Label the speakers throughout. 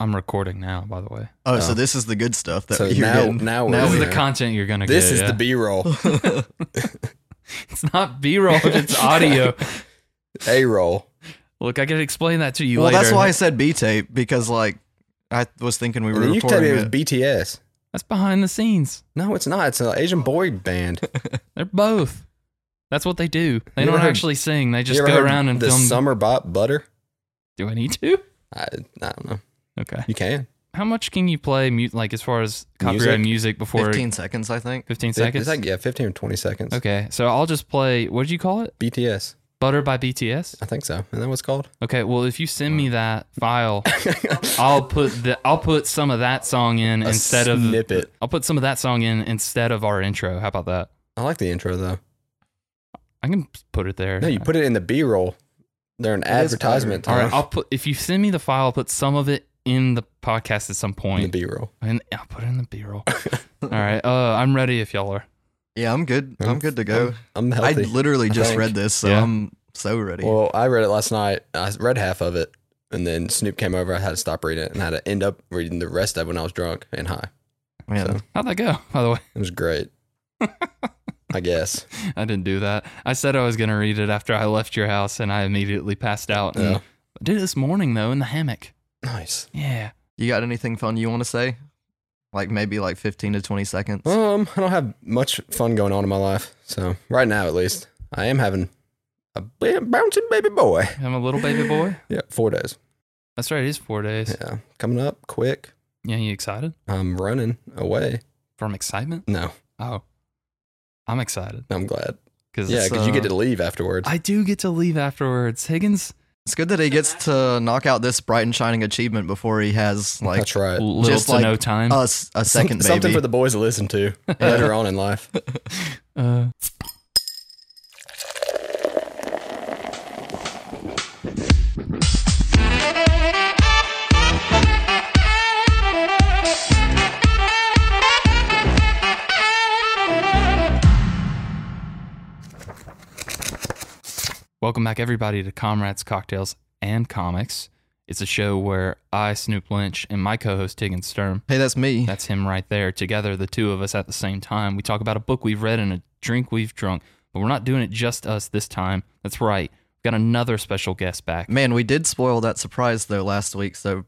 Speaker 1: I'm recording now, by the way.
Speaker 2: Oh, so this is the good stuff that
Speaker 3: So
Speaker 2: you're
Speaker 3: now-
Speaker 2: getting.
Speaker 3: now we're
Speaker 1: This is
Speaker 3: Oh, yeah.
Speaker 1: the content you're gonna
Speaker 3: This
Speaker 1: get.
Speaker 3: is
Speaker 1: yeah.
Speaker 3: the B roll,
Speaker 1: It's not B-roll. It's audio.
Speaker 3: A roll.
Speaker 1: Look, I could explain that to you
Speaker 2: well,
Speaker 1: later.
Speaker 2: that's why I said B tape because like I was thinking we were
Speaker 3: You told
Speaker 2: recording
Speaker 3: me it was
Speaker 2: it.
Speaker 3: BTS.
Speaker 1: That's behind the scenes.
Speaker 3: No, it's not. It's an Asian boy band.
Speaker 1: They're both. That's what they do. They
Speaker 3: You ever
Speaker 1: don't
Speaker 3: heard-
Speaker 1: actually sing. They
Speaker 3: You
Speaker 1: just
Speaker 3: ever
Speaker 1: go
Speaker 3: heard
Speaker 1: around and
Speaker 3: the
Speaker 1: film.
Speaker 3: summer bop butter.
Speaker 1: do I need to?
Speaker 3: I, I don't know.
Speaker 1: Okay.
Speaker 3: You can.
Speaker 1: How much can you play, mu- like, as far as copyright music, before 15,
Speaker 2: 15 seconds, I think.
Speaker 1: seconds?
Speaker 3: It's like yeah, fifteen or twenty seconds.
Speaker 1: okay. So I'll just play, what did you call it?
Speaker 3: BTS.
Speaker 1: Butter by BTS?
Speaker 3: I think so. Isn't that what's called?
Speaker 1: Okay. Well, if you send me that file, I'll put the I'll put some of that song in
Speaker 3: A
Speaker 1: instead of
Speaker 3: snippet.
Speaker 1: I'll put some of that song in instead of our intro. How about that?
Speaker 3: I like the intro though.
Speaker 1: I can put it there.
Speaker 3: No, you put it in the B roll. They're an
Speaker 2: is
Speaker 3: advertisement
Speaker 1: All
Speaker 3: time.
Speaker 1: right. I'll put if you send me the file, I'll put some of it in the podcast at some
Speaker 3: in the
Speaker 1: point.
Speaker 3: B roll.
Speaker 1: And I'll put it in the B roll. All right. Uh, I'm ready if y'all are.
Speaker 2: Yeah, I'm good. I'm good to go.
Speaker 3: I'm
Speaker 2: I
Speaker 3: healthy.
Speaker 2: literally
Speaker 3: I
Speaker 2: just
Speaker 3: think.
Speaker 2: read this, so
Speaker 1: Yeah.
Speaker 2: I'm so ready.
Speaker 3: well, I read it last night. I read half of it, and then Snoop came over. I had to stop reading it, and I had to end up reading the rest of it when I was drunk and high.
Speaker 2: Man,
Speaker 1: How'd that go, by the way?
Speaker 3: It was great. I guess.
Speaker 1: I didn't do that. I said I was going to read it after I left your house and I immediately passed out. And
Speaker 3: Yeah.
Speaker 1: I did it this morning, though, in the hammock.
Speaker 3: Nice.
Speaker 1: Yeah.
Speaker 2: you got anything fun you want to say? Like maybe like 15 to 20 seconds.
Speaker 3: Um, I don't have much fun going on in my life. So right now, at least, I am having a b- bouncing baby boy.
Speaker 1: I'm a little baby boy.
Speaker 3: Yeah, four days.
Speaker 1: That's right. It is four days.
Speaker 3: Yeah, coming up quick.
Speaker 1: Yeah. You excited?
Speaker 3: I'm running away.
Speaker 1: From excitement?
Speaker 3: No,
Speaker 1: Oh. I'm excited.
Speaker 3: I'm glad.
Speaker 1: Cause
Speaker 3: Yeah,
Speaker 1: it's,
Speaker 3: because you
Speaker 1: uh,
Speaker 3: get to leave afterwards.
Speaker 1: I do get to leave afterwards. Higgins,
Speaker 2: It's good that he gets to knock out this bright and shining achievement before he has like
Speaker 3: That's right.
Speaker 1: little
Speaker 2: Uh, just
Speaker 1: to
Speaker 2: like uh,
Speaker 1: no time.
Speaker 2: us a second
Speaker 3: Some- Something
Speaker 2: baby.
Speaker 3: for the boys to listen to later on in life.
Speaker 1: Uh, Welcome back, everybody, to Comrades, Cocktails, and Comics. It's a show where I, Snoop Lynch, and my co host, Higgins Sturm,
Speaker 2: hey, that's me.
Speaker 1: that's him right there. Together, the two of us at the same time. We talk about a book we've read and a drink we've drunk, but we're not doing it just us this time. That's right. We've got another special guest back.
Speaker 2: Man, we did spoil that surprise though last week, so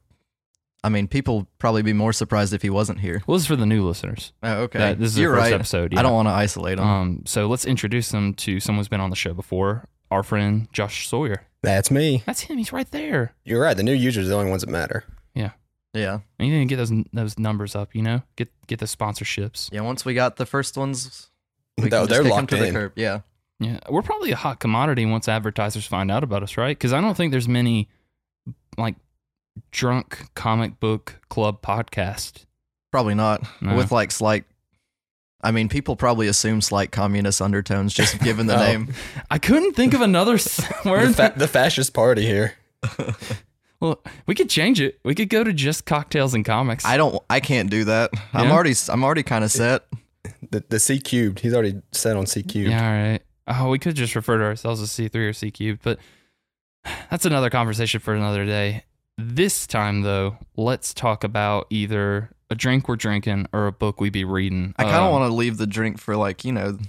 Speaker 2: I mean, people probably be more surprised if he wasn't here.
Speaker 1: Well, this is for the new listeners.
Speaker 2: Oh, okay.
Speaker 1: That- this is the
Speaker 2: You're
Speaker 1: first
Speaker 2: right.
Speaker 1: episode.
Speaker 2: I
Speaker 1: yeah.
Speaker 2: don't want to isolate him.
Speaker 1: Um, so let's introduce them to someone who's been on the show before. Our friend Josh Sawyer.
Speaker 3: That's me.
Speaker 1: That's him. He's right there.
Speaker 3: You're right. The new users are the only ones that matter.
Speaker 2: yeah.
Speaker 1: And you didn't get those those numbers up. You know, get get the sponsorships.
Speaker 2: Yeah, once we got the first ones, we
Speaker 3: Though
Speaker 2: can just
Speaker 3: they're
Speaker 2: kick 'em
Speaker 3: locked
Speaker 2: to the
Speaker 3: in.
Speaker 2: curb. Yeah.
Speaker 1: Yeah, we're probably a hot commodity once advertisers find out about us, right? Because I don't think there's many like drunk comic book club podcast.
Speaker 2: Probably not.
Speaker 1: No.
Speaker 2: With like slight I mean, people probably assume slight communist undertones just given the
Speaker 3: Oh.
Speaker 2: name.
Speaker 1: I couldn't think of another s-
Speaker 3: The,
Speaker 1: word.
Speaker 3: fa- the fascist party here.
Speaker 1: well, we could change it. We could go to just cocktails and comics.
Speaker 2: I don't I can't do that. I'm
Speaker 1: Yeah?
Speaker 2: already I'm already kind of set.
Speaker 3: The, the C cubed. He's already set on C cubed.
Speaker 1: Yeah, all right. Oh, we could just refer to ourselves as C3 or C cubed, but that's another conversation for another day. This time, though, let's talk about either a drink we're drinking or a book we be reading.
Speaker 2: I kind of want to leave the drink for like, you know,
Speaker 1: to. Uh.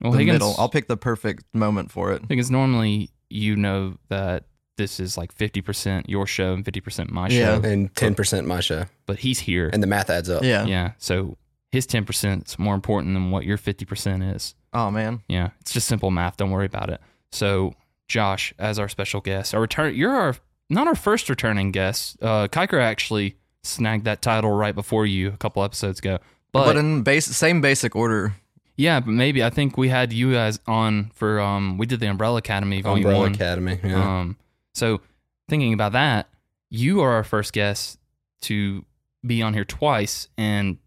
Speaker 1: Well,
Speaker 2: the
Speaker 1: Higgins,
Speaker 2: middle. I'll pick the perfect moment for it.
Speaker 1: Higgins, normally you know that this is like 50% your show and 50% my
Speaker 2: Yeah.
Speaker 1: show,
Speaker 3: And 10% my show.
Speaker 1: but he's here.
Speaker 3: And the math adds up.
Speaker 2: Yeah.
Speaker 1: yeah. So his 10% is more important than what your 50% is.
Speaker 2: Oh man.
Speaker 1: Yeah, it's just simple math. Don't worry about it. So, Josh, as our special guest, our return, you're our not our first returning guest. Uh, Kiker actually snagged that title right before you a couple episodes ago. But,
Speaker 2: But, in base same basic order.
Speaker 1: yeah, but maybe I think we had you guys on for um we did the Umbrella Academy volume
Speaker 3: Umbrella
Speaker 1: one.
Speaker 3: Academy. Yeah.
Speaker 1: Um, so thinking about that, you are our first guest to be on here twice and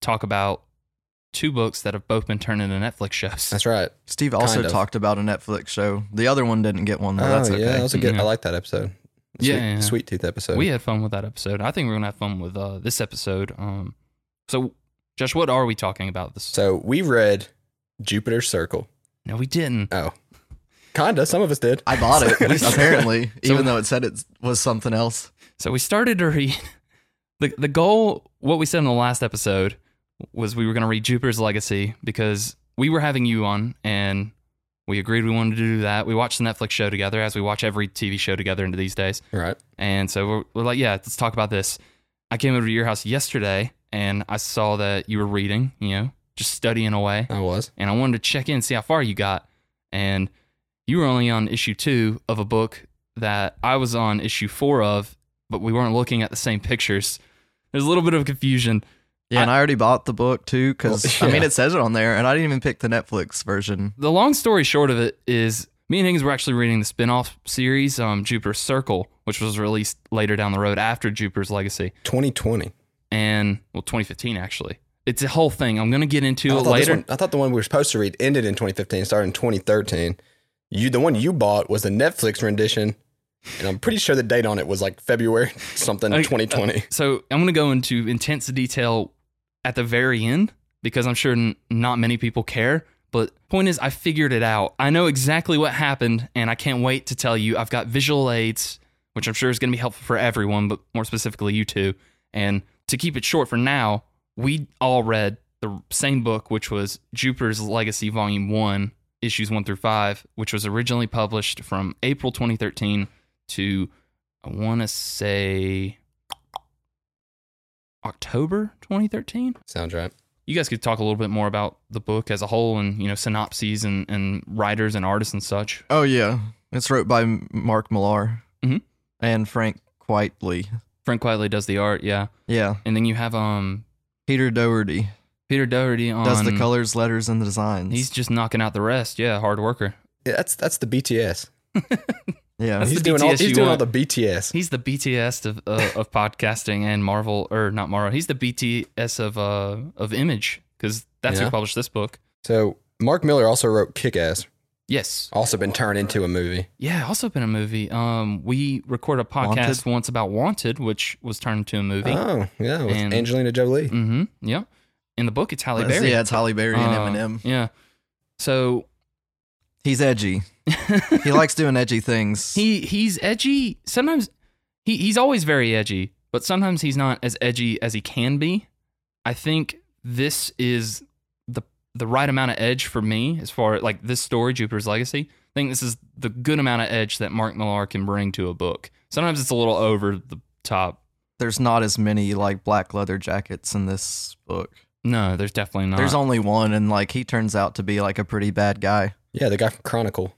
Speaker 1: talk about two books that have both been turned into Netflix shows.
Speaker 3: That's right.
Speaker 2: Steve also
Speaker 3: Kind of.
Speaker 2: talked about a Netflix show. The other one didn't get one though.
Speaker 3: Oh,
Speaker 2: That's
Speaker 3: yeah. That
Speaker 2: okay.
Speaker 3: was a good.
Speaker 1: Yeah.
Speaker 3: I like that episode. Sweet,
Speaker 1: Yeah, yeah, yeah.
Speaker 3: sweet tooth episode.
Speaker 1: We had fun with that episode. I think we're gonna have fun with uh, this episode. Um, so, Josh, what are we talking about? This?
Speaker 3: so we read Jupiter's Circle.
Speaker 1: no, we didn't.
Speaker 3: Oh, kinda. Some of us did.
Speaker 2: I bought it
Speaker 3: So-
Speaker 2: apparently,
Speaker 1: So-
Speaker 2: even though it said it was something else.
Speaker 1: So we started to read the the goal, what we said in the last episode, was we were going to read Jupiter's Legacy because we were having you on, and we agreed we wanted to do that. We watched the Netflix show together, as we watch every TV show together into these days.
Speaker 3: Right.
Speaker 1: And so we're, we're like, yeah, let's talk about this. I came over to your house yesterday, and I saw that you were reading, you know, just studying away
Speaker 3: I was.
Speaker 1: and I wanted to check in, see how far you got. And you were only on issue two of a book that I was on issue four of, but we weren't looking at the same pictures. There's a little bit of confusion.
Speaker 2: Yeah, and I already bought the book too because
Speaker 3: Well,
Speaker 2: I mean
Speaker 3: yeah.
Speaker 2: it says it on there, and I didn't even pick the Netflix version.
Speaker 1: The long story short of it is me and Higgins were actually reading the spin-off series, um, Jupiter's Circle, which was released later down the road after Jupiter's Legacy.
Speaker 3: 2020.
Speaker 1: And well, 2015 actually. It's a whole thing. I'm gonna get into
Speaker 3: I
Speaker 1: it
Speaker 3: thought this
Speaker 1: later.
Speaker 3: one- I thought the one we were supposed to read ended in 2015, started in 2013. You, the one you bought was the Netflix rendition, and I'm pretty sure the date on it was like February something
Speaker 1: Okay.
Speaker 3: 2020.
Speaker 1: So I'm going to go into intense detail at the very end because I'm sure n- not many people care. But point is, I figured it out. I know exactly what happened, and I can't wait to tell you. I've got visual aids, which I'm sure is going to be helpful for everyone, but more specifically you two. And to keep it short for now, we all read the same book, which was Jupiter's Legacy, Volume One, Issues One through Five, which was originally published from April 2013 to I want to say October 2013.
Speaker 3: Sounds right.
Speaker 1: You guys could talk a little bit more about the book as a whole and, you know, synopses and, and writers and artists and such.
Speaker 2: Oh yeah, it's wrote by M- Mark Millar
Speaker 1: Mhm.
Speaker 2: and Frank Quitely.
Speaker 1: Frank Quietly does the art, yeah.
Speaker 2: Yeah,
Speaker 1: And then you have um
Speaker 2: Peter Doherty
Speaker 1: Peter Doherty on
Speaker 2: does the colors, letters, and the designs.
Speaker 1: He's just knocking out the rest. Yeah, hard worker.
Speaker 3: Yeah, that's that's the BTS.
Speaker 2: yeah,
Speaker 1: That's
Speaker 3: he's
Speaker 1: the
Speaker 3: doing all
Speaker 1: BTS
Speaker 3: he's
Speaker 1: you
Speaker 3: doing all
Speaker 1: want.
Speaker 3: the BTS.
Speaker 1: He's the BTS of uh, of podcasting and Marvel or not Marvel. He's the BTS of uh of Image cuz that's who
Speaker 3: Yeah.
Speaker 1: published this book.
Speaker 3: So Mark Miller also wrote Kick Ass,
Speaker 1: Yes.
Speaker 3: also been turned into a movie.
Speaker 1: Yeah, also been a movie. Um we recorded a podcast
Speaker 2: Wanted? Ah.
Speaker 1: once about Wanted, which was turned into a movie.
Speaker 3: Oh, yeah, with
Speaker 1: And-
Speaker 3: Angelina Jolie.
Speaker 1: Mm-hmm. Yeah. In the book, it's Halle
Speaker 2: That's-
Speaker 1: Berry.
Speaker 2: yeah, it's Holly Berry
Speaker 1: Um,
Speaker 2: and Eminem.
Speaker 1: Yeah. So
Speaker 2: He's edgy. he likes doing edgy things.
Speaker 1: he he's edgy. Sometimes he, he's always very edgy, but sometimes he's not as edgy as he can be. I think this is the the right amount of edge for me as far like this story, Jupiter's Legacy. I think this is the good amount of edge that Mark Millar can bring to a book. Sometimes it's a little over the top.
Speaker 2: There's not as many like black leather jackets in this book.
Speaker 1: No, there's definitely not.
Speaker 2: There's only one, and like he turns out to be like a pretty bad guy.
Speaker 3: Yeah, the guy from Chronicle.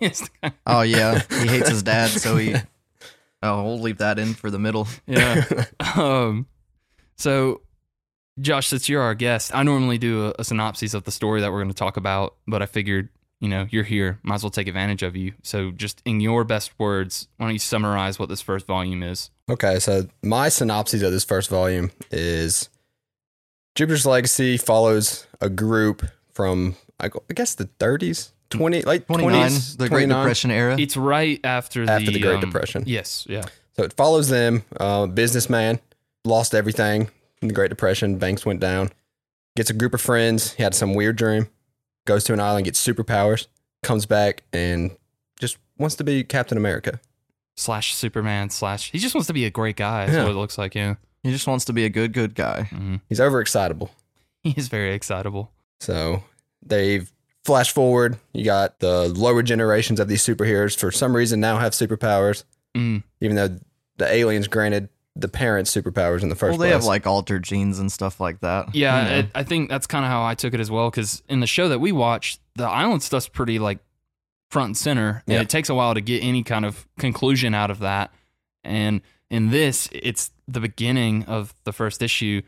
Speaker 1: It's-
Speaker 2: Oh yeah, he hates his dad, so he. Oh, we'll leave that in for the middle.
Speaker 1: yeah. Um, so, Josh, since you're our guest, I normally do a, a synopsis of the story that we're going to talk about, but I figured, you know, you're here, might as well take advantage of you. So, just in your best words, why don't you summarize what this first volume is?
Speaker 3: Okay, so my synopsis of this first volume is Jupiter's Legacy follows a group from I gu- I guess the 30s, 20 like
Speaker 2: 29,
Speaker 3: 20s,
Speaker 2: the Great
Speaker 3: 29.
Speaker 2: Depression era.
Speaker 1: It's right after,
Speaker 3: After the Great
Speaker 1: um,
Speaker 3: Depression.
Speaker 1: Yes. Yeah.
Speaker 3: So it follows them. Uh, businessman lost everything in the Great Depression. Banks went down. Gets a group of friends. He had some weird dream. Goes to an island, gets superpowers. Comes back and just wants to be Captain America.
Speaker 1: Slash Superman, slash. He just wants to be a great guy. That's
Speaker 3: Yeah.
Speaker 1: what it looks like. Yeah.
Speaker 2: He just wants to be a good, good guy.
Speaker 1: Mhm.
Speaker 3: He's overexcitable.
Speaker 1: He is very excitable.
Speaker 3: So they've flash forward. You got the lower generations of these superheroes for some reason now have superpowers,
Speaker 1: Mm.
Speaker 3: even though the aliens granted the parents superpowers in the first
Speaker 2: well, they
Speaker 3: place.
Speaker 2: have like altered genes and stuff like that.
Speaker 1: Yeah,
Speaker 2: You know.
Speaker 1: I, I think that's kind of how I took it as well. Because in the show that we watched, the island stuff's pretty like front and center, and
Speaker 3: Yeah.
Speaker 1: it takes a while to get any kind of conclusion out of that. And in this, it's the beginning of the first issue.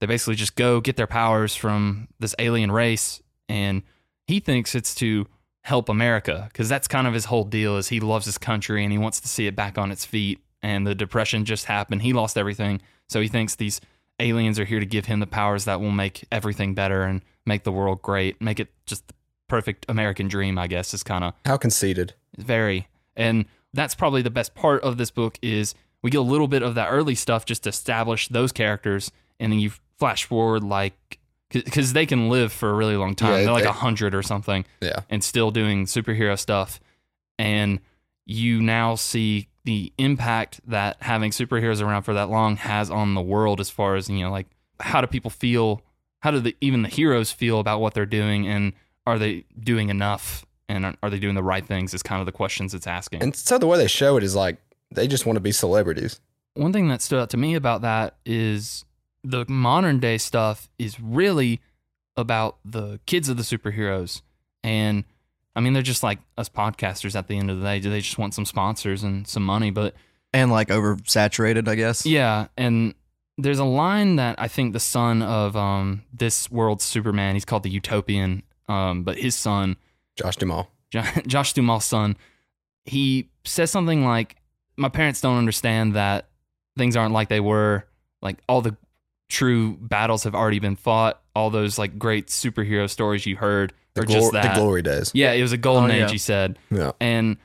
Speaker 1: They basically just go get their powers from this alien race, and he thinks it's to help America because that's kind of his whole deal. Is he loves his country and he wants to see it back on its feet. And the depression just happened. He lost everything, so he thinks these aliens are here to give him the powers that will make everything better and make the world great, make it just the perfect American dream, I guess, is kind of
Speaker 3: How conceited.
Speaker 1: very. And that's probably the best part of this book is we get a little bit of that early stuff just to establish those characters, and then you flash forward like because they can live for a really long time.
Speaker 3: Yeah,
Speaker 1: They're like
Speaker 3: they-
Speaker 1: a hundred or something
Speaker 3: Yeah.
Speaker 1: and still doing superhero stuff. And you now see the impact that having superheroes around for that long has on the world as far as you know like how do people feel how do the even the heroes feel about what they're doing and are they doing enough and are, are they doing the right things is kind of the questions it's asking
Speaker 3: And so the way they show it is like they just want to be celebrities.
Speaker 1: one thing that stood out to me about that is the modern day stuff is really about the kids of the superheroes. And I mean, they're just like us podcasters at the end of the day. Do they just want some sponsors and some money? But
Speaker 2: and like oversaturated, I guess.
Speaker 1: yeah, and there's a line that I think the son of um, this world's Superman, he's called the Utopian, um, but his son
Speaker 3: Josh Duhamel.
Speaker 1: Jo- Josh Duhamel's son, he says something like, "My parents don't understand that things aren't like they were. Like all the true battles have already been fought. All those like great superhero stories you heard
Speaker 3: The,
Speaker 1: are
Speaker 3: glor-
Speaker 1: just that.
Speaker 3: the glory days.
Speaker 1: Yeah, it was a golden
Speaker 2: Oh, yeah.
Speaker 1: age. He said,
Speaker 3: Yeah.
Speaker 1: and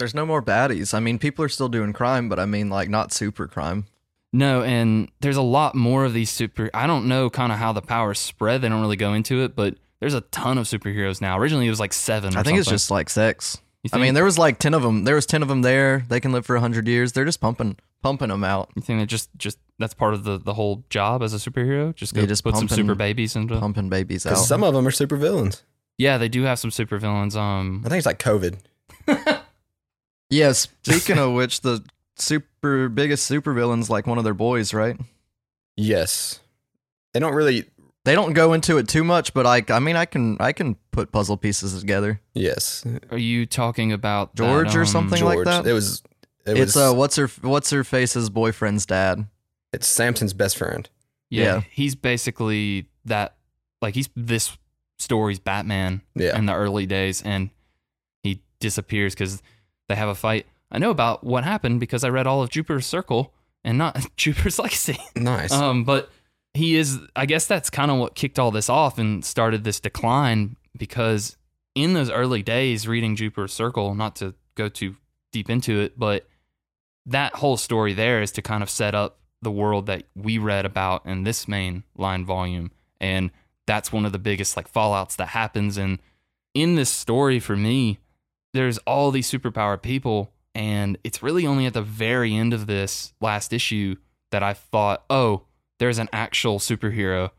Speaker 2: There's no more baddies. I mean, people are still doing crime, but I mean, like, not super crime.
Speaker 1: No, and there's a lot more of these super. I don't know kind of how the powers spread. They don't really go into it, but there's a ton of superheroes now. Originally, it was like seven. Or
Speaker 2: I think it's
Speaker 1: something.
Speaker 2: just like sex.
Speaker 1: You
Speaker 2: I mean,
Speaker 1: think-
Speaker 2: there was like 10 of them. There was 10 of them there. They can live for 100 years. They're just pumping pumping them out,
Speaker 1: you think that just just that's part of the the whole job as a superhero. Just go
Speaker 2: They just
Speaker 1: put some
Speaker 2: pumping-
Speaker 1: super babies into
Speaker 2: pumping babies out.
Speaker 3: Because some of them are super villains.
Speaker 1: Yeah, they do have some supervillains. Um,
Speaker 3: I think it's like COVID.
Speaker 2: yeah, speaking of which, the super biggest supervillain's like one of their boys, right?
Speaker 3: Yes. They don't really.
Speaker 2: They don't go into it too much, but I I mean, I can I can put puzzle pieces together.
Speaker 3: Yes.
Speaker 1: are you talking about that,
Speaker 2: George or
Speaker 1: um,
Speaker 2: something?
Speaker 3: George.
Speaker 2: like that?
Speaker 3: It was. It
Speaker 2: it's
Speaker 3: was.
Speaker 2: uh what's her what's her face's boyfriend's dad.
Speaker 3: it's Samson's best friend.
Speaker 1: Yeah,
Speaker 2: Yeah.
Speaker 1: he's basically that. Like he's this story's Batman
Speaker 3: Yeah.
Speaker 1: in the early days, and he disappears because they have a fight. I know about what happened because I read all of Jupiter's Circle and not Jupiter's Legacy.
Speaker 3: Nice.
Speaker 1: Um, but he is. I guess that's kind of what kicked all this off and started this decline because in those early days, reading Jupiter's Circle, not to go too deep into it, but that whole story there is to kind of set up the world that we read about in this main line volume, and that's one of the biggest like fallouts that happens. And in this story, for me, there's all these superpowered people, and it's really only at the very end of this last issue that I thought, oh, there's an actual superhero.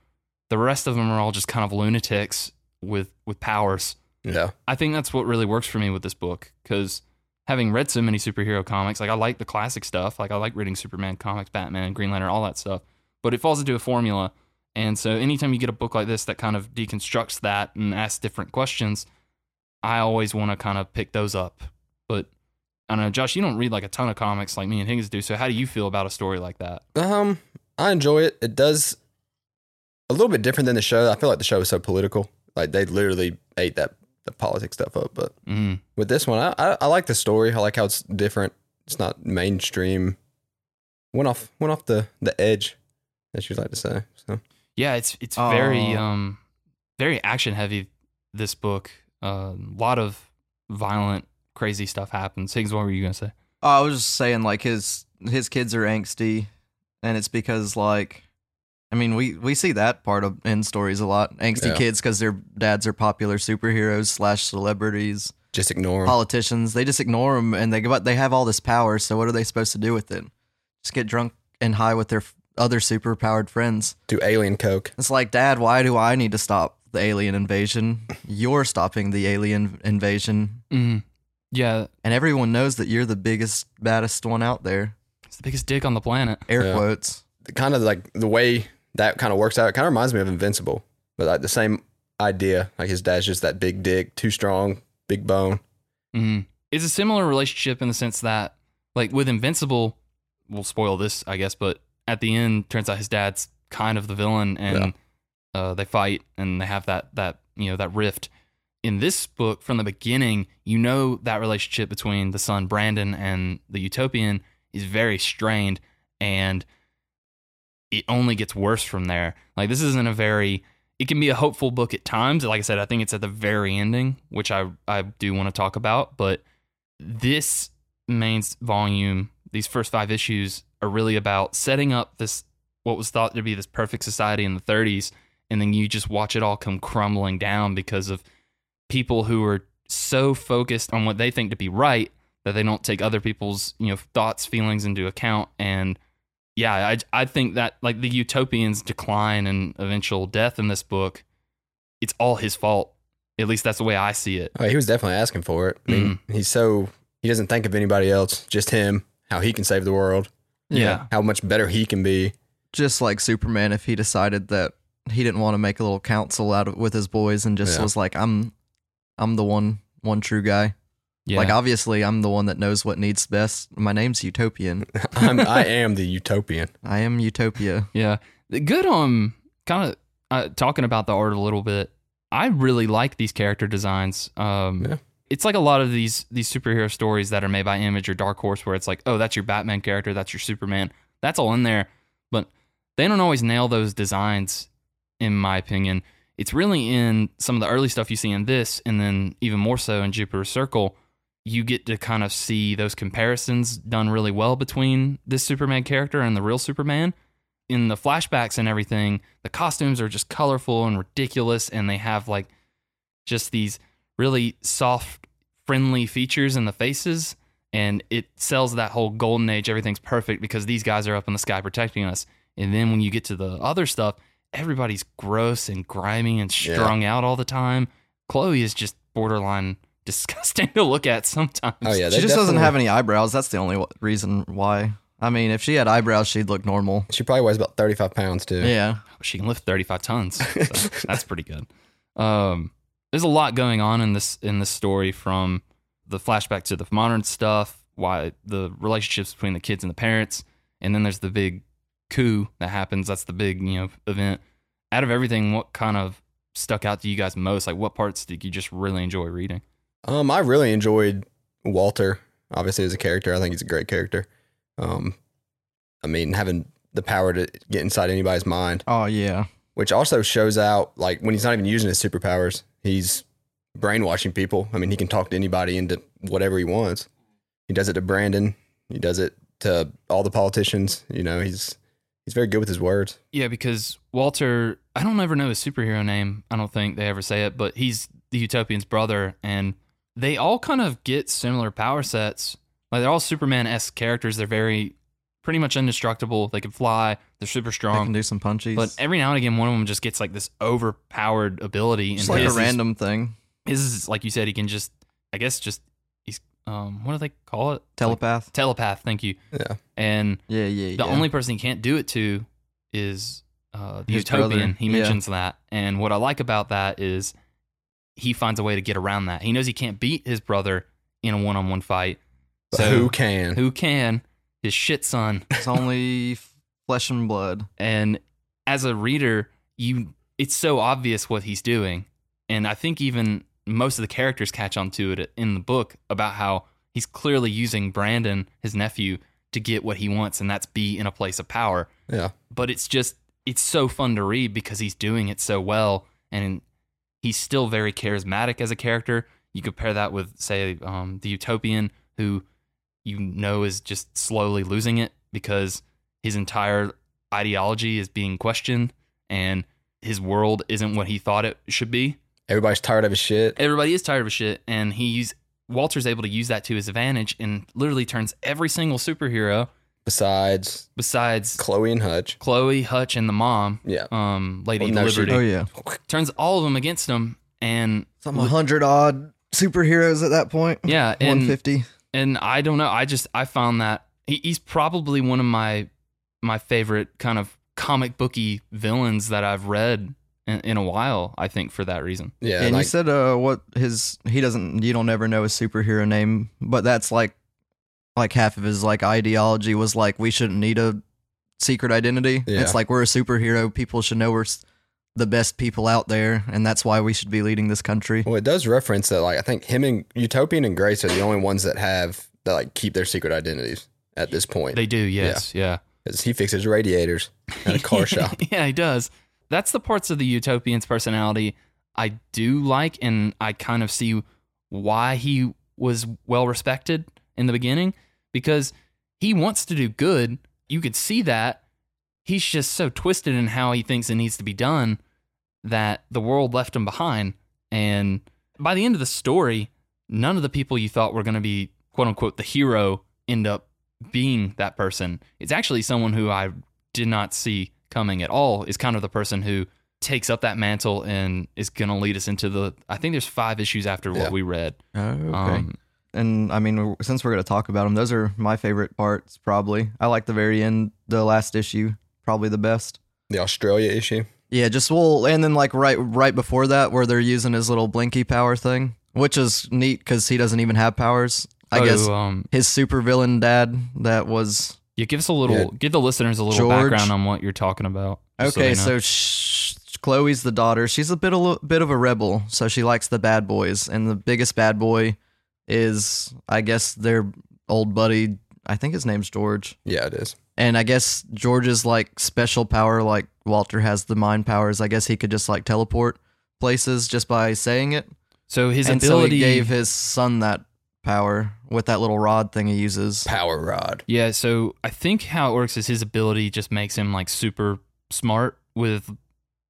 Speaker 1: The rest of them are all just kind of lunatics with with powers.
Speaker 3: yeah.
Speaker 1: I think that's what really works for me with this book because having read so many superhero comics, like I like the classic stuff, like I like reading Superman comics, Batman, Green Lantern, all that stuff, but it falls into a formula. And so anytime you get a book like this that kind of deconstructs that and asks different questions, I always want to kind of pick those up. But I don't know, Josh, you don't read like a ton of comics like me and Higgins do. So how do you feel about a story like that?
Speaker 3: Um, I enjoy it. It does a little bit different than the show. I feel like the show is so political. Like they literally ate that the politics stuff up. But
Speaker 1: Mm.
Speaker 3: with this one, I, I, I like the story. I like how it's different. It's not mainstream. Went off went off the the edge, as you'd like to say. So
Speaker 1: Yeah, it's it's very
Speaker 2: Oh.
Speaker 1: um very action heavy this book. Uh, A lot of violent, crazy stuff happens. Higgs, what were you gonna say?
Speaker 2: Oh, I was just saying, like his his kids are angsty, and it's because like, I mean, we we see that part of in stories a lot. Angsty
Speaker 3: Yeah.
Speaker 2: kids because their dads are popular superheroes slash celebrities,
Speaker 3: just ignore 'em.
Speaker 2: politicians. They just ignore them, and they go. They have all this power, so what are they supposed to do with it? Just get drunk and high with their f- other superpowered friends.
Speaker 3: Do alien coke.
Speaker 2: It's like, Dad, why do I need to stop the alien invasion? You're stopping the alien invasion,
Speaker 1: Mm. Yeah,
Speaker 2: and everyone knows that you're the biggest, baddest one out there.
Speaker 1: it's the biggest dick on the planet.
Speaker 2: Air
Speaker 3: Yeah.
Speaker 2: quotes.
Speaker 3: The- Kind of like the way that kind of works out. It kind of reminds me of Invincible, but like the same idea. Like his dad's just that big dick, too strong, big bone.
Speaker 1: Mm. It's a similar relationship in the sense that, like with Invincible, we'll spoil this, I guess, but at the end, turns out his dad's kind of the villain, and uh, they fight and they have that that you know that rift. In this book, from the beginning, you know that relationship between the son Brandon and the Utopian is very strained, and it only gets worse from there. Like this isn't a very it can be a hopeful book at times. Like I said, I think it's at the very ending, which I I do want to talk about. But this main s- volume, these first five issues, are really about setting up this what was thought to be this perfect society in the 30s, and then you just watch it all come crumbling down because of people who are so focused on what they think to be right that they don't take other people's you know thoughts feelings into account and yeah i i think that like the utopian's decline and eventual death in this book it's all his fault at least that's the way i see it
Speaker 3: Oh, he was definitely asking for it. I mean,
Speaker 2: Mm.
Speaker 3: he's so he doesn't think of anybody else, just him. How he can save the world.
Speaker 1: Yeah.
Speaker 3: How much better he can be.
Speaker 2: Just like Superman, if he decided that he didn't want to make a little council out of with his boys and just
Speaker 3: Yeah.
Speaker 2: was like, I'm, I'm the one, one true guy.
Speaker 1: yeah
Speaker 2: Like obviously, I'm the one that knows what needs best. My name's Utopian.
Speaker 3: I'm, I am the utopian.
Speaker 2: I am Utopia.
Speaker 1: Yeah. The Good um kind of uh, talking about the art a little bit. I really like these character designs. Um
Speaker 3: Yeah.
Speaker 1: it's like a lot of these these superhero stories that are made by Image or Dark Horse where it's like, "Oh, that's your Batman character, that's your Superman." That's all in there, but they don't always nail those designs in my opinion. It's really in some of the early stuff you see in this and then even more so in Jupiter's Circle you get to kind of see those comparisons done really well between this Superman character and the real Superman. In the flashbacks and everything, the costumes are just colorful and ridiculous, and they have like just these really soft, friendly features in the faces. And it sells that whole golden age, everything's perfect because these guys are up in the sky protecting us. And then when you get to the other stuff, everybody's gross and grimy and
Speaker 3: Yeah.
Speaker 1: strung out all the time. Chloe is just borderline disgusting to look at sometimes.
Speaker 3: Oh yeah,
Speaker 2: she
Speaker 3: they
Speaker 2: just doesn't
Speaker 3: definitely-
Speaker 2: have any eyebrows. That's the only wh- reason why. I mean, if she had eyebrows, she'd look normal.
Speaker 3: She probably weighs about 35 pounds too.
Speaker 2: Yeah.
Speaker 1: she can lift 35 tons. So that's pretty good. Um, there's a lot going on in this in this story from the flashback to the modern stuff, why the relationships between the kids and the parents, and then there's the big coup that happens. That's the big you know event. Out of everything, what kind of stuck out to you guys most? Like, what parts did you just really enjoy reading?
Speaker 3: Um, I really enjoyed Walter. Obviously, as a character, I think he's a great character. Um, I mean, having the power to get inside anybody's mind,
Speaker 2: Oh yeah.
Speaker 3: which also shows out like when he's not even using his superpowers, he's brainwashing people. I mean, he can talk to anybody into whatever he wants. He does it to Brandon. He does it to all the politicians. You know, he's he's very good with his words.
Speaker 1: Yeah, because Walter, I don't ever know his superhero name. I don't think they ever say it, but he's the Utopian's brother, and they all kind of get similar power sets. Like they're all Superman esque characters. They're very, pretty much indestructible. They can fly. They're super
Speaker 2: I can
Speaker 1: strong.
Speaker 2: do some punchies.
Speaker 1: But every now and again, one of them just gets like this overpowered ability.
Speaker 2: it's
Speaker 1: And
Speaker 2: like a
Speaker 1: his is-
Speaker 2: random thing.
Speaker 1: His is like you said, he can just, I guess, just he's um, what do they call it? Like,
Speaker 2: Telepath.
Speaker 1: telepath. Thank you.
Speaker 3: Yeah.
Speaker 1: And
Speaker 2: yeah, yeah.
Speaker 1: the
Speaker 2: yeah.
Speaker 1: only person he can't do it to is uh, the
Speaker 2: His
Speaker 1: utopian.
Speaker 2: brother,
Speaker 1: He
Speaker 2: yeah.
Speaker 1: mentions that, and what I like about that is he finds a way to get around that. He knows he can't beat his brother in a one-on-one fight.
Speaker 3: But
Speaker 1: So-
Speaker 3: who can?
Speaker 1: Who can? His shit son.
Speaker 2: It's only f- flesh and blood.
Speaker 1: and as a reader you it's so obvious what he's doing and i think even most of the characters catch on to it in the book about how he's clearly using brandon his nephew to get what he wants and that's be in a place of power
Speaker 3: Yeah.
Speaker 1: but it's just it's so fun to read because he's doing it so well and he's still very charismatic as a character you compare that with say um, the utopian who you know is just slowly losing it because his entire ideology is being questioned and his world isn't what he thought it should be.
Speaker 3: Everybody's tired of his shit.
Speaker 1: Everybody is tired of his shit, and he's Walter's able to use that to his advantage and literally turns every single superhero
Speaker 3: Besides
Speaker 1: besides
Speaker 3: Chloe and Hutch.
Speaker 1: Chloe, Hutch, and the mom,
Speaker 3: Yeah.
Speaker 1: um, Lady
Speaker 3: Well, no, she-
Speaker 1: Liberty,
Speaker 2: Oh yeah.
Speaker 1: turns all of them against him. And
Speaker 2: Some hundred odd superheroes at that point.
Speaker 1: yeah,
Speaker 2: One
Speaker 1: and
Speaker 2: fifty.
Speaker 1: and I don't know. I just I found that he, he's probably one of my my favorite kind of comic booky villains that I've read in, in a while. I think for that reason.
Speaker 3: Yeah.
Speaker 2: And you
Speaker 3: like-
Speaker 2: said uh what his he doesn't you don't ever know his superhero name, but that's like like half of his like ideology was like we shouldn't need a secret identity.
Speaker 3: Yeah.
Speaker 2: It's like we're a superhero, people should know we're s- the best people out there and that's why we should be leading this country.
Speaker 3: Well, it does reference that, like, I think him and Utopian and Grace are the only ones that have that, like, keep their secret identities at this point.
Speaker 1: They do, yes, yeah.
Speaker 3: 'Cause he fixes radiators at a car shop.
Speaker 1: yeah, he does. That's the parts of the utopian's personality I do like, and I kind of see why he was well respected in the beginning because he wants to do good. You could see that. He's just so twisted in how he thinks it needs to be done that the world left him behind. And by the end of the story, none of the people you thought were going to be quote unquote the hero end up being that person it's actually someone who i did not see coming at all is kind of the person who takes up that mantle and is going to lead us into the i think there's five issues after
Speaker 3: Yeah.
Speaker 1: what we read
Speaker 2: Oh, okay.
Speaker 1: um,
Speaker 2: and I mean, w- since we're going to talk about them, those are my favorite parts, probably. I like the very end, the last issue, probably the best.
Speaker 3: The Australia issue.
Speaker 2: Yeah, just well, and then like right right before that, where they're using his little blinky power thing, which is neat because he doesn't even have powers. I
Speaker 1: so,
Speaker 2: guess
Speaker 1: um,
Speaker 2: his supervillain dad that was
Speaker 1: yeah give us a little
Speaker 3: Yeah.
Speaker 1: give the listeners a little
Speaker 2: George.
Speaker 1: background on what you're talking about just they
Speaker 2: okay.
Speaker 1: know.
Speaker 2: So sh- Chloe's the daughter. She's a bit a li- bit of a rebel, so she likes the bad boys, and the biggest bad boy is I guess their old buddy. I think his name's George.
Speaker 3: Yeah, it is.
Speaker 2: And I guess George's like special power, like Walter has the mind powers. I guess he could just like teleport places just by saying it.
Speaker 1: so his
Speaker 2: and
Speaker 1: ability
Speaker 2: so he gave his son that power with that little rod thing he uses.
Speaker 3: Power Rod.
Speaker 1: Yeah, so I think how it works is his ability just makes him like super smart with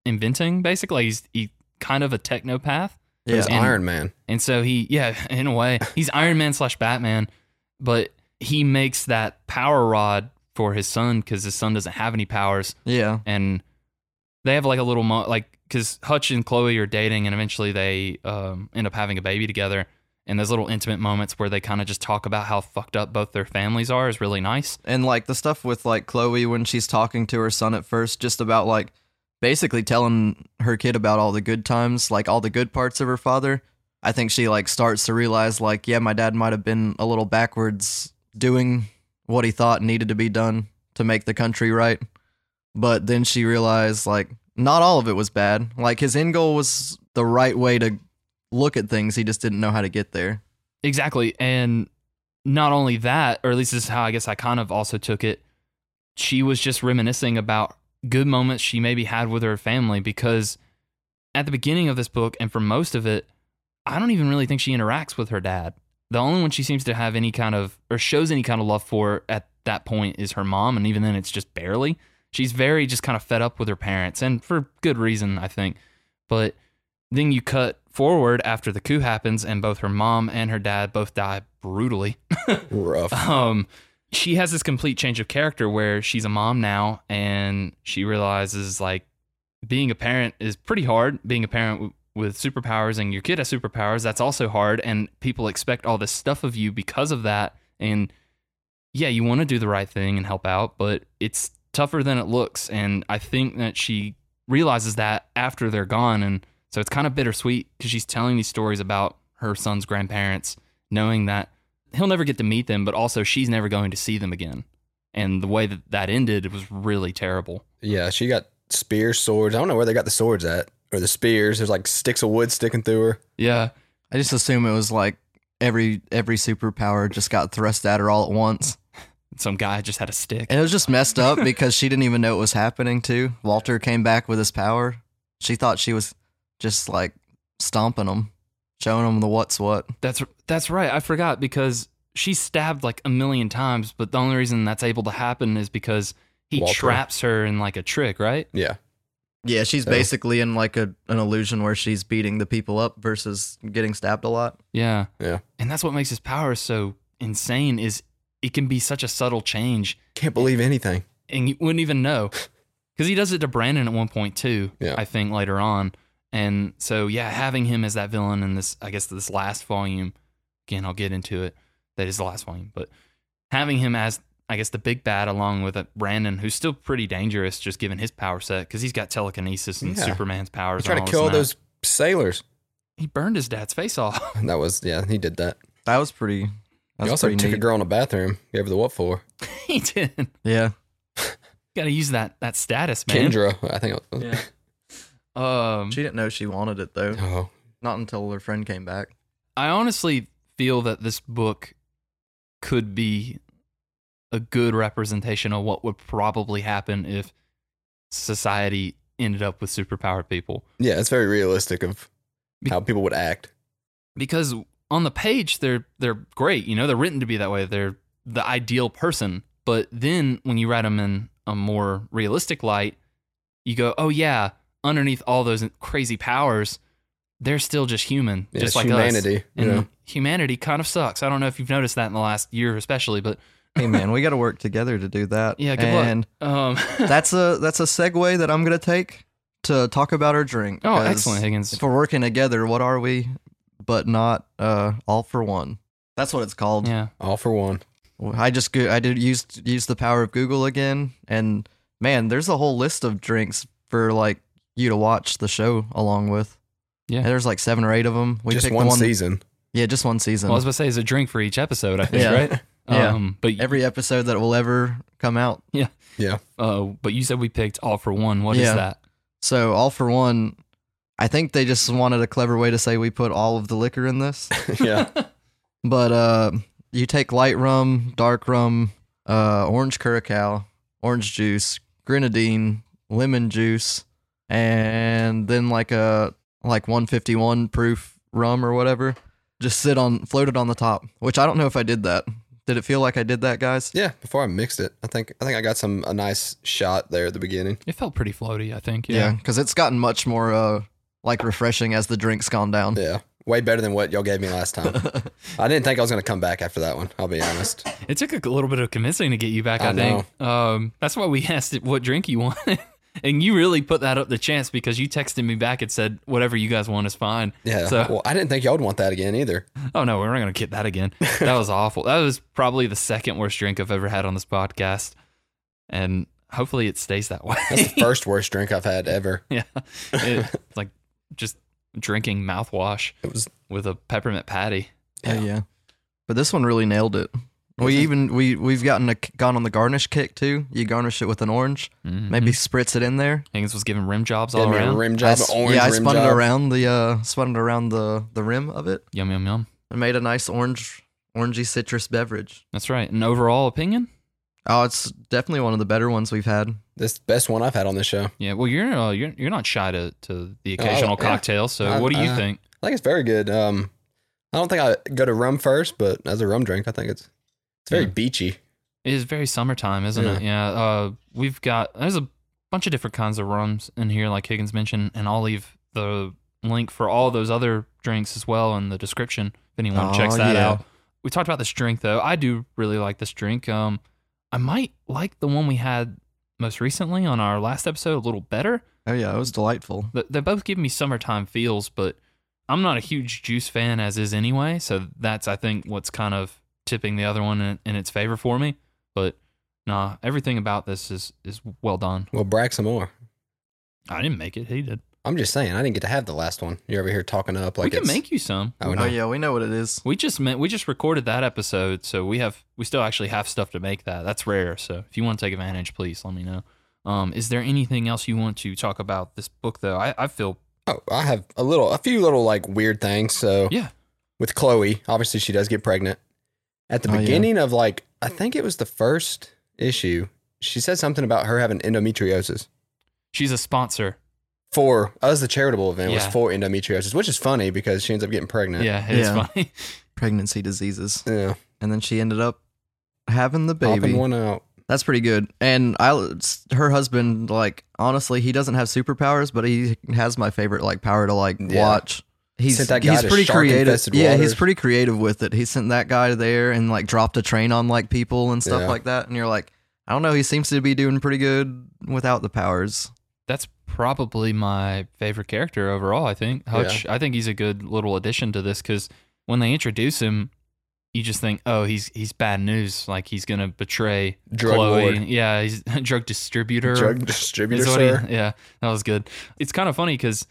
Speaker 1: inventing, basically. He's he kind of a technopath.
Speaker 3: It
Speaker 2: Yeah,
Speaker 3: was
Speaker 1: And-
Speaker 3: Iron Man.
Speaker 1: And so he, yeah, in a way, he's Iron Man slash Batman, but he makes that power rod for his son because his son doesn't have any powers.
Speaker 2: yeah,
Speaker 1: And they have like a little, mo- like, because Hutch and Chloe are dating and eventually they um, end up having a baby together. And those little intimate moments where they kind of just talk about how fucked up both their families are is really nice.
Speaker 2: and like the stuff with like Chloe when she's talking to her son at first, just about like basically telling her kid about all the good times, like all the good parts of her father. I think she like starts to realize like, yeah, my dad might have been a little backwards doing what he thought needed to be done to make the country right. But then she realized like not all of it was bad. Like his end goal was the right way to look at things. He just didn't know how to get there.
Speaker 1: Exactly. And not only that, or at least this is how I guess I kind of also took it, she was just reminiscing about good moments she maybe had with her family because at the beginning of this book and for most of it, I don't even really think she interacts with her dad. The only one she seems to have any kind of or shows any kind of love for at that point is her mom, and even then it's just barely. She's very just kind of fed up with her parents, and for good reason, I think. But then you cut forward after the coup happens, and both her mom and her dad both die brutally.
Speaker 3: Rough.
Speaker 1: Um, she has this complete change of character where she's a mom now, and she realizes like being a parent is pretty hard. Being a parent w- with superpowers and your kid has superpowers, that's also hard, and people expect all this stuff of you because of that. And yeah, you want to do the right thing and help out, but it's tougher than it looks. And I think that she realizes that after they're gone, and so it's kind of bittersweet because she's telling these stories about her son's grandparents, knowing that he'll never get to meet them, but also she's never going to see them again. And the way that that ended was really terrible.
Speaker 3: Yeah, she got spear swords. I don't know where they got the swords at or the spears. There's like sticks of wood sticking through her.
Speaker 1: Yeah.
Speaker 2: I just assume it was like every every superpower just got thrust at her all at once.
Speaker 1: Some guy just had a stick.
Speaker 2: And it was just messed up because she didn't even know it was happening too. Walter came back with his power. She thought she was just like stomping him, showing him the what's what.
Speaker 1: That's that's right. I forgot because she's stabbed like a million times, but the only reason that's able to happen is because he
Speaker 3: Walter.
Speaker 1: traps her in like a trick, right?
Speaker 3: Yeah.
Speaker 2: Yeah, she's
Speaker 3: So-
Speaker 2: basically in like a, an illusion where she's beating the people up versus getting stabbed a lot.
Speaker 1: Yeah.
Speaker 3: Yeah.
Speaker 1: And that's what makes his power so insane is it can be such a subtle change
Speaker 3: Can't believe anything.
Speaker 1: and you wouldn't even know because he does it to Brandon at one point too.
Speaker 3: Yeah.
Speaker 1: I think later on, and so yeah, having him as that villain in this, I guess this last volume, again, I'll get into it. That is the last volume, but having him as I guess the big bad along with uh, Brandon, who's still pretty dangerous, just given his power set because he's got telekinesis and
Speaker 3: Yeah.
Speaker 1: Superman's powers.
Speaker 3: He tried
Speaker 1: and
Speaker 3: to
Speaker 1: all
Speaker 3: kill all
Speaker 1: this and
Speaker 3: those sailors.
Speaker 1: that. He burned his dad's face off.
Speaker 3: That was yeah. He did that.
Speaker 2: That was pretty. That
Speaker 3: he
Speaker 2: was
Speaker 3: also
Speaker 2: pretty
Speaker 3: took a
Speaker 2: neat.
Speaker 3: girl in the bathroom. Gave her the what for?
Speaker 1: he did.
Speaker 2: yeah,
Speaker 1: Got to use that that status, man.
Speaker 3: Kendra. I think. It was,
Speaker 1: Um,
Speaker 2: she didn't know she wanted it though.
Speaker 3: Oh,
Speaker 2: Not until her friend came back.
Speaker 1: I honestly feel that this book could be a good representation of what would probably happen if society ended up with superpowered people.
Speaker 3: yeah. It's very realistic of
Speaker 1: Be-
Speaker 3: how people would act.
Speaker 1: Because on the page they're they're great, you know, they're written to be that way. They're the ideal person, but then when you write them in a more realistic light, you go, "Oh yeah, underneath all those crazy powers, they're still just human,
Speaker 3: Yeah,
Speaker 1: just
Speaker 3: it's
Speaker 1: like us.
Speaker 3: humanity.
Speaker 1: And
Speaker 3: yeah.
Speaker 1: humanity kind of sucks. I don't know if you've noticed that in the last year, especially, but
Speaker 2: hey man, we got to work together to do that.
Speaker 1: Yeah, good luck.
Speaker 2: and
Speaker 1: um,
Speaker 2: that's a that's a segue that I'm gonna take to talk about our drink.
Speaker 1: oh,
Speaker 2: 'cause
Speaker 1: excellent, Higgins.
Speaker 2: If we're working together, what are we? But not uh, all for one. That's what it's called.
Speaker 1: Yeah,
Speaker 3: All for one.
Speaker 2: Well, I just go- I did use use the power of Google again, and man, there's a whole list of drinks for like you to watch the show along with.
Speaker 1: Yeah.
Speaker 2: And there's like seven or eight of them. We
Speaker 3: Just
Speaker 2: picked
Speaker 3: one,
Speaker 2: the one.
Speaker 3: season.
Speaker 2: Yeah, just one season.
Speaker 1: well, I was about to say it's a drink for each episode. I think,
Speaker 2: Yeah.
Speaker 1: right?
Speaker 2: Yeah.
Speaker 1: Um, but
Speaker 2: Every episode that will ever come out.
Speaker 1: uh, but you said we picked all for one. What is
Speaker 2: Yeah.
Speaker 1: that?
Speaker 2: So all for one. I think they just wanted a clever way to say we put all of the liquor in this.
Speaker 3: yeah.
Speaker 2: But uh, you take light rum, dark rum, uh, orange curacao, orange juice, grenadine, lemon juice, and then like a like 151 proof rum or whatever. Just sit on floated on the top, which I don't know if I did that. Did it feel like I did that, guys?
Speaker 3: Yeah. Before I mixed it, I think I think I got some a nice shot there at the beginning.
Speaker 1: It felt pretty floaty. I think. Yeah.
Speaker 2: because it's gotten much more uh like refreshing as the drink's gone down.
Speaker 3: Yeah. Way better than what y'all gave me last time. I didn't think I was gonna come back after that one. I'll be honest.
Speaker 1: It took a little bit of convincing to get you back. I,
Speaker 3: I
Speaker 1: think. Um, that's why we asked it what drink you wanted, and you really put that up to chance because you texted me back and said whatever you guys want is fine.
Speaker 3: Yeah.
Speaker 1: So-
Speaker 3: well, I didn't think y'all would want that again either.
Speaker 1: Oh no, we're not gonna get that again. That was awful. That was probably the second worst drink I've ever had on this podcast, and hopefully it stays that way.
Speaker 3: That's the first worst drink I've had ever.
Speaker 1: yeah, it, like just drinking mouthwash
Speaker 3: It was
Speaker 1: with a peppermint patty.
Speaker 2: Yeah. yeah. But this one really nailed it. We even we we've gotten a gone on the garnish kick too. You garnish it with an orange,
Speaker 1: Mhm.
Speaker 2: maybe spritz it in there.
Speaker 1: Higgins was giving rim jobs
Speaker 3: gave
Speaker 1: all
Speaker 3: me a
Speaker 1: around.
Speaker 3: rim
Speaker 2: I
Speaker 3: job,
Speaker 2: s-
Speaker 3: an orange
Speaker 2: yeah, I
Speaker 3: rim
Speaker 2: spun
Speaker 3: job.
Speaker 2: it around the uh, spun it around the the rim of it
Speaker 1: Yum yum yum.
Speaker 2: and made a nice orange orangey citrus beverage.
Speaker 1: That's right. An overall opinion.
Speaker 2: Oh, it's definitely one of the better ones we've had.
Speaker 3: This is the best one I've had on this show.
Speaker 1: Yeah. Well, you're uh, you're, you're not shy to, to the
Speaker 3: No, Oh, I-
Speaker 1: occasional
Speaker 3: yeah.
Speaker 1: cocktail. So
Speaker 3: I- uh,
Speaker 1: what do you
Speaker 3: I-
Speaker 1: think?
Speaker 3: I think it's very good. Um, I don't think I go to rum first, but as a rum drink, I think it's it's very
Speaker 1: Yeah.
Speaker 3: beachy.
Speaker 1: It is very summertime, isn't
Speaker 3: Yeah.
Speaker 1: it? Yeah. Uh, we've got there's a bunch of different kinds of rums in here, like Higgins mentioned, and I'll leave the link for all those other drinks as well in the description if anyone
Speaker 2: Oh,
Speaker 1: checks that
Speaker 2: yeah.
Speaker 1: out. We talked about this drink though. I do really like this drink. Um, I might like the one we had most recently on our last episode a little better.
Speaker 2: Oh yeah, it was delightful.
Speaker 1: Th- They both give me summertime feels, but I'm not a huge juice fan as is anyway. So that's I think what's kind of tipping the other one in, in its favor for me. But nah, everything about this is is well done.
Speaker 3: Well, brag some more.
Speaker 1: I didn't make it. He did.
Speaker 3: I'm just saying, I didn't get to have the last one. You're over here talking up like
Speaker 1: we can
Speaker 3: it's.
Speaker 1: make you some.
Speaker 3: oh,
Speaker 2: Oh
Speaker 3: no.
Speaker 2: yeah, we know what it is.
Speaker 1: We just meant we just recorded that episode, so we have we still actually have stuff to make that. That's rare. So if you want to take advantage, please let me know. Um, is there anything else you want to talk about this book though? I, I feel
Speaker 3: Oh, I have a little, a few little like weird things. So
Speaker 1: Yeah.
Speaker 3: with Chloe, obviously she does get pregnant. At the
Speaker 2: Oh, yeah.
Speaker 3: beginning of like, I think it was the first issue, she said something about her having endometriosis
Speaker 1: she's a sponsor.
Speaker 3: for us. The charitable event was
Speaker 1: Yeah.
Speaker 3: for endometriosis, which is funny because she ends up getting pregnant.
Speaker 1: Yeah, it's
Speaker 2: Yeah.
Speaker 1: funny.
Speaker 2: Pregnancy diseases,
Speaker 3: yeah,
Speaker 2: and then she ended up having the baby.
Speaker 3: popping one out.
Speaker 2: That's pretty good. And I, her husband, like honestly, he doesn't have superpowers, but he has my favorite like power to like
Speaker 3: Yeah.
Speaker 2: watch. He's
Speaker 3: Sent that guy
Speaker 2: he's
Speaker 3: to
Speaker 2: pretty creative.
Speaker 3: shark-infested
Speaker 2: Yeah,
Speaker 3: waters.
Speaker 2: he's pretty creative with it. He sent that guy there and like dropped a train on like people and stuff
Speaker 3: Yeah.
Speaker 2: like that. And you're like, I don't know. He seems to be doing pretty good without the powers.
Speaker 1: that's probably my favorite character overall. I think Hutch. I think he's a good little addition to this because when they introduce him, you just think, oh, he's he's bad news. Like he's gonna betray
Speaker 3: Drug
Speaker 1: Chloe.
Speaker 3: lord.
Speaker 1: Yeah, he's a drug distributor.
Speaker 3: Drug
Speaker 1: is
Speaker 3: distributor,
Speaker 1: what he-
Speaker 3: sir.
Speaker 1: yeah, that was good. It's kind of funny because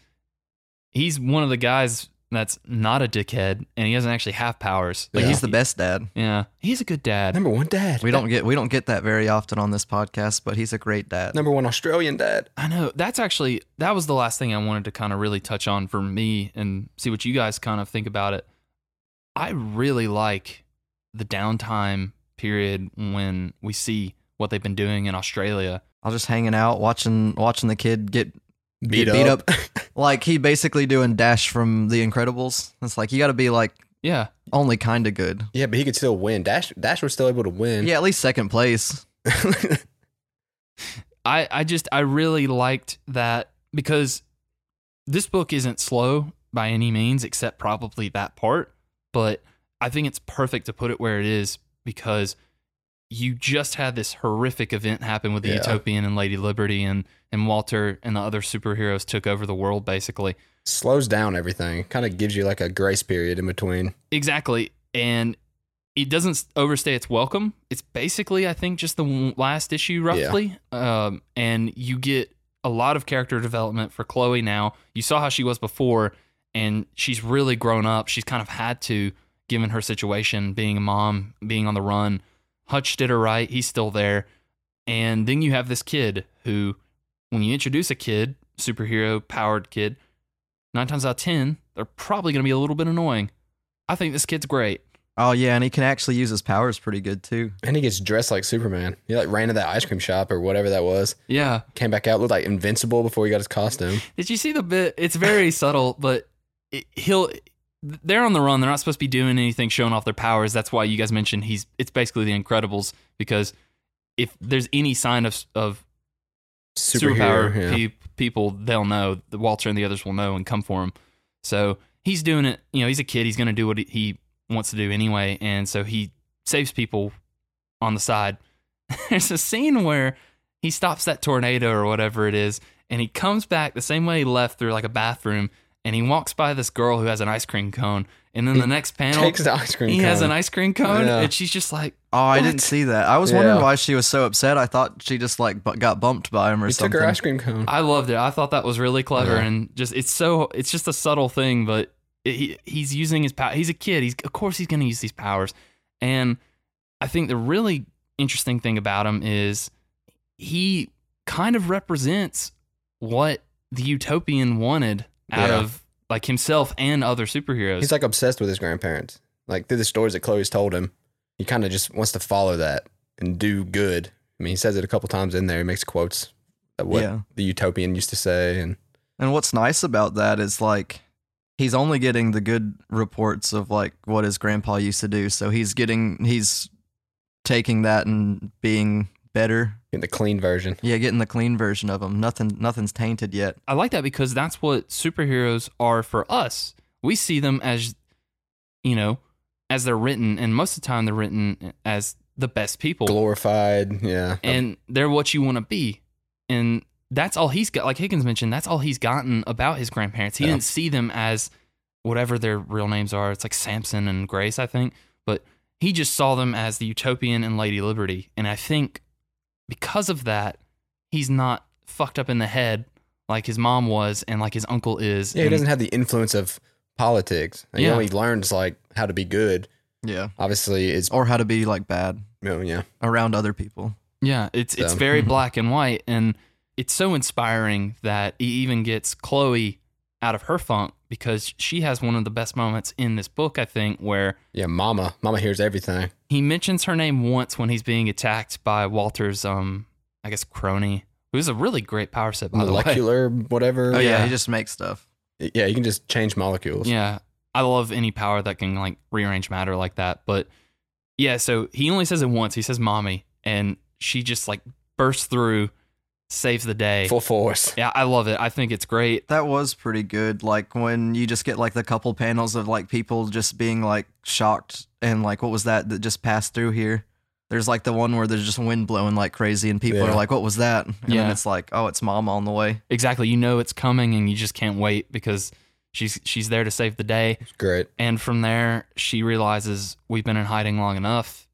Speaker 1: he's one of the guys that's not a dickhead and he doesn't actually have powers.
Speaker 2: Like
Speaker 3: Yeah.
Speaker 2: he's the best dad.
Speaker 1: Yeah, he's a good dad.
Speaker 3: Number one dad.
Speaker 2: We don't get we don't get that very often on this podcast, but he's a great dad.
Speaker 3: Number one Australian dad.
Speaker 1: I know. That's actually that was the last thing I wanted to kind of really touch on for me and see what you guys kind of think about it. I really like the downtime period when we see what they've been doing in Australia.
Speaker 2: I was just hanging out watching watching the kid get
Speaker 3: Beat,
Speaker 2: Get beat
Speaker 3: up.
Speaker 2: like he basically doing Dash from The Incredibles. It's like you got to be like
Speaker 1: Yeah.
Speaker 2: only kind of good.
Speaker 3: yeah, but he could still win. Dash Dash was still able to win.
Speaker 2: Yeah, at least second place.
Speaker 1: I I just I really liked that because this book isn't slow, by any means, except probably that part. But I think it's perfect to put it where it is because you just had this horrific event happen with the
Speaker 3: Yeah.
Speaker 1: Utopian and Lady Liberty, and and Walter and the other superheroes took over the world basically.
Speaker 3: Slows down everything. Kind of gives you like a grace period in between.
Speaker 1: Exactly. And it doesn't overstay its welcome. It's basically, I think, just the w- last issue, roughly. Um, and you get a lot of character development for Chloe now. You saw how she was before, and she's really grown up. She's kind of had to, given her situation, being a mom, being on the run. Hutch did her right. He's still there. And then you have this kid who, when you introduce a kid, superhero powered kid, nine times out of 10, they're probably going to be a little bit annoying. I think this kid's great.
Speaker 2: Oh yeah, and he can actually use his powers pretty good too.
Speaker 3: And he gets dressed like Superman. He like ran to that ice cream shop or whatever that was.
Speaker 1: Yeah.
Speaker 3: Came back out, looked like invincible before he got his costume.
Speaker 1: Did you see the bit? It's very subtle, but it, he'll. They're on the run. They're not supposed to be doing anything, showing off their powers. That's why you guys mentioned he's. It's basically the Incredibles because if there's any sign of of
Speaker 3: Superhero.
Speaker 1: superpower
Speaker 3: yeah.
Speaker 1: peop- people, they'll know. The Walter and the others will know and come for him. So he's doing it. You know, he's a kid. He's going to do what he- he wants to do anyway. And so he saves people on the side. There's a scene where he stops that tornado or whatever it is, and he comes back the same way he left through like a bathroom, and he walks by this girl who has an ice cream cone. And then the next panel,
Speaker 3: Takes the ice cream.
Speaker 1: he has
Speaker 3: cone.
Speaker 1: an ice cream cone,
Speaker 3: Yeah.
Speaker 1: and she's just like,
Speaker 2: Oh, I
Speaker 1: What?
Speaker 2: didn't see that. I was
Speaker 3: Yeah.
Speaker 2: wondering why she was so upset. I thought she just like bu- got bumped by him or
Speaker 3: He took
Speaker 2: something.
Speaker 3: her ice cream cone.
Speaker 1: I loved it. I thought that was really clever
Speaker 3: Yeah.
Speaker 1: and just it's so it's just a subtle thing, but it, he he's using his power. He's a kid. He's of course he's going to use these powers, and I think the really interesting thing about him is he kind of represents what the utopian wanted out
Speaker 3: Yeah.
Speaker 1: of like himself and other superheroes.
Speaker 3: He's like obsessed with his grandparents. Like through the stories that Chloe's told him, he kind of just wants to follow that and do good. I mean, he says it a couple times in there. He makes quotes of what
Speaker 2: Yeah.
Speaker 3: the utopian used to say, and
Speaker 2: And what's nice about that is like he's only getting the good reports of like what his grandpa used to do. So he's getting he's taking that and being better.
Speaker 3: in the clean version.
Speaker 2: Yeah, getting the clean version of him. Nothing nothing's tainted yet.
Speaker 1: I like that because that's what superheroes are for us. We see them as, you know, as they're written, and most of the time they're written as the best people,
Speaker 3: Glorified, yeah.
Speaker 1: and they're what you want to be, and that's all he's got. Like Higgins mentioned, that's all he's gotten about his grandparents. He
Speaker 3: Yeah.
Speaker 1: didn't see them as whatever their real names are. It's like Samson and Grace, I think, but he just saw them as the utopian and Lady Liberty, and I think because of that, he's not fucked up in the head like his mom was and like his uncle is.
Speaker 3: yeah, he
Speaker 1: and
Speaker 3: doesn't have the influence of politics. And, You know,
Speaker 1: Yeah.
Speaker 3: he learns like how to be good.
Speaker 2: Yeah.
Speaker 3: Obviously, it's
Speaker 2: Or how to be like bad
Speaker 3: oh, yeah.
Speaker 2: around other people.
Speaker 1: Yeah, it's it's
Speaker 3: So- Mm-hmm.
Speaker 1: very
Speaker 2: Mhm.
Speaker 1: black and white, and it's so inspiring that he even gets Chloe out of her funk because she has one of the best moments in this book, I think, where
Speaker 3: Yeah, Mama. Mama hears everything.
Speaker 1: he mentions her name once when he's being attacked by Walter's um, I guess crony, who's a really great power set by the way.
Speaker 3: Molecular, whatever.
Speaker 2: Oh yeah,
Speaker 1: yeah.
Speaker 2: he just makes stuff.
Speaker 3: Yeah, you can just change molecules.
Speaker 1: Yeah, I love any power that can like rearrange matter like that. But yeah, so he only says it once. He says "mommy," and she just like bursts through, saves the day.
Speaker 3: Full force.
Speaker 1: yeah, I love it. I think it's great.
Speaker 2: That was pretty good. Like when you just get like the couple panels of like people just being like shocked and like what was that that just passed through here? There's like the one where there's just wind blowing like crazy and people
Speaker 3: Yeah.
Speaker 2: are like, "What was that?" And
Speaker 1: Yeah.
Speaker 2: then it's like, "Oh, it's mama on the way."
Speaker 1: Exactly. You know it's coming and you just can't wait because she's she's there to save the day.
Speaker 3: It's great.
Speaker 1: And from there, she realizes we've been in hiding long enough.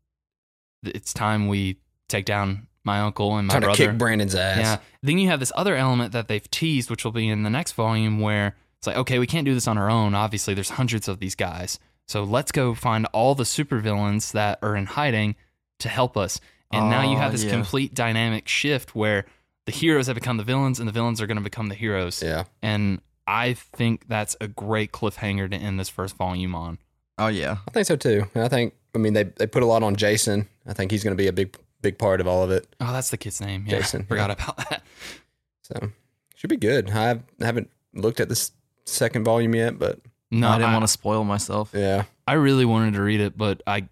Speaker 1: It's time we take down my uncle and my
Speaker 3: Trying to
Speaker 1: brother.
Speaker 3: kick Brandon's ass.
Speaker 1: yeah. Then you have this other element that they've teased, which will be in the next volume, where it's like, okay, we can't do this on our own. Obviously, there's hundreds of these guys. So let's go find all the supervillains that are in hiding to help us. And now you
Speaker 2: Oh,
Speaker 1: have this
Speaker 2: yeah.
Speaker 1: complete dynamic shift where the heroes have become the villains and the villains are going to become the heroes.
Speaker 3: Yeah.
Speaker 1: And I think that's a great cliffhanger to end this first volume on.
Speaker 2: Oh yeah.
Speaker 3: I think so too. And I think I mean they they put a lot on Jason. I think he's going to be a big big part of all of it.
Speaker 1: Oh, that's the kid's name. Yeah,
Speaker 3: Jason,
Speaker 1: Forgot about that.
Speaker 3: So should be good. I have- I haven't looked at this second volume yet, but
Speaker 1: No,
Speaker 2: I didn't want to spoil myself.
Speaker 3: yeah,
Speaker 1: I really wanted to read it, but I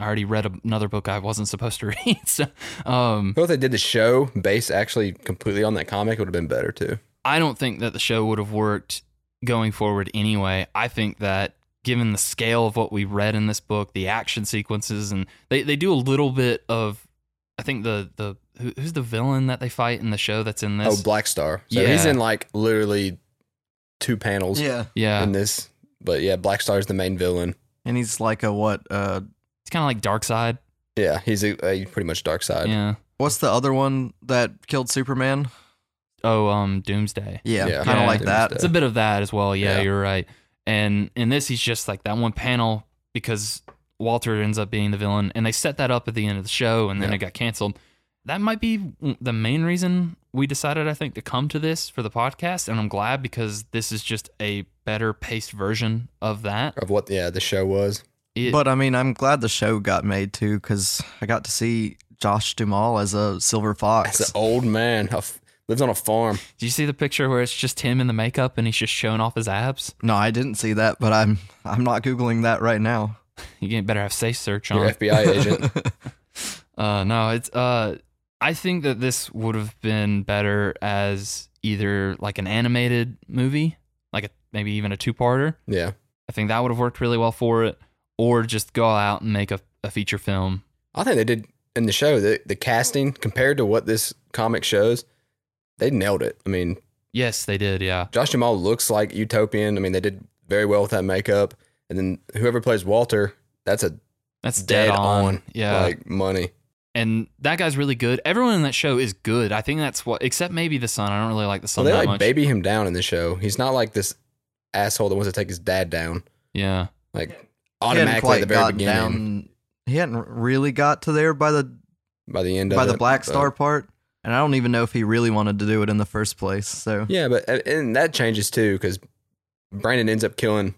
Speaker 1: I already read another book I wasn't supposed to read. So, um,
Speaker 3: well, if they did the show based actually completely on that comic, it would have been better too.
Speaker 1: I don't think that the show would have worked going forward anyway. I think that given the scale of what we read in this book, the action sequences, and they, they do a little bit of, I think the the who, who's the villain that they fight in the show that's in
Speaker 3: Oh,
Speaker 1: this?
Speaker 3: Black Star. So he's
Speaker 1: Yeah.
Speaker 3: in like literally two panels
Speaker 2: Yeah.
Speaker 1: yeah,
Speaker 3: in this. But yeah, Black Star is the main villain.
Speaker 2: And he's like a what? Uh,
Speaker 1: it's kind of like Dark Side.
Speaker 3: Yeah, he's a, a pretty much dark side.
Speaker 1: Yeah.
Speaker 2: what's the other one that killed Superman?
Speaker 1: Oh, um, Doomsday.
Speaker 2: Yeah,
Speaker 3: Yeah.
Speaker 2: kind of
Speaker 1: Yeah.
Speaker 2: like that.
Speaker 1: It's a bit of that as well. Yeah,
Speaker 3: Yeah.
Speaker 1: you're right. And in this, he's just like that one panel because Walter ends up being the villain, and they set that up at the end of the show, and then
Speaker 3: Yeah.
Speaker 1: it got canceled. That might be w- the main reason we decided, I think, to come to this for the podcast, and I'm glad because this is just a better paced version of that.
Speaker 3: Of what yeah, the show was.
Speaker 1: It-
Speaker 2: But I mean, I'm glad the show got made too because I got to see Josh Duhamel as a silver
Speaker 3: It's an
Speaker 2: fox.
Speaker 3: old man. a f- lives on a farm.
Speaker 1: do you see the picture where it's just him in the makeup and he's just showing off his abs?
Speaker 2: No, I didn't see that, but I'm I'm not googling that right now.
Speaker 1: You better have safe search on.
Speaker 3: Your FBI agent.
Speaker 1: Uh, no, it's uh, I think that this would have been better as either like an animated movie, like a, maybe even a two-parter.
Speaker 3: Yeah.
Speaker 1: I think that would have worked really well for it, or just go out and make a, a feature film.
Speaker 3: I think they did in the show the, the casting compared to what this comic shows, they nailed it. I mean,
Speaker 1: Yes, they did. Yeah,
Speaker 3: Josh Jamal looks like utopian. I mean, they did very well with that makeup. And then whoever plays Walter, that's a
Speaker 1: that's dead,
Speaker 3: Dead
Speaker 1: on.
Speaker 3: on.
Speaker 1: Yeah,
Speaker 3: like money.
Speaker 1: and that guy's really good. Everyone in that show is good. I think that's what, except maybe the son. I don't really like the
Speaker 3: So
Speaker 1: son
Speaker 3: they
Speaker 1: that
Speaker 3: like
Speaker 1: much.
Speaker 3: baby him down in the show. He's not like this asshole that wants to take his dad down.
Speaker 1: yeah,
Speaker 3: Like
Speaker 2: He hadn't
Speaker 3: automatically
Speaker 2: quite
Speaker 3: at the very
Speaker 2: gotten
Speaker 3: beginning.
Speaker 2: down. He hadn't really got to there by the
Speaker 3: By the end
Speaker 2: by
Speaker 3: of
Speaker 2: the
Speaker 3: it,
Speaker 2: Black
Speaker 3: but-
Speaker 2: Star part, and I don't even know if he really wanted to do it in the first place. So
Speaker 3: Yeah, but and, and that changes too because Brandon ends up killing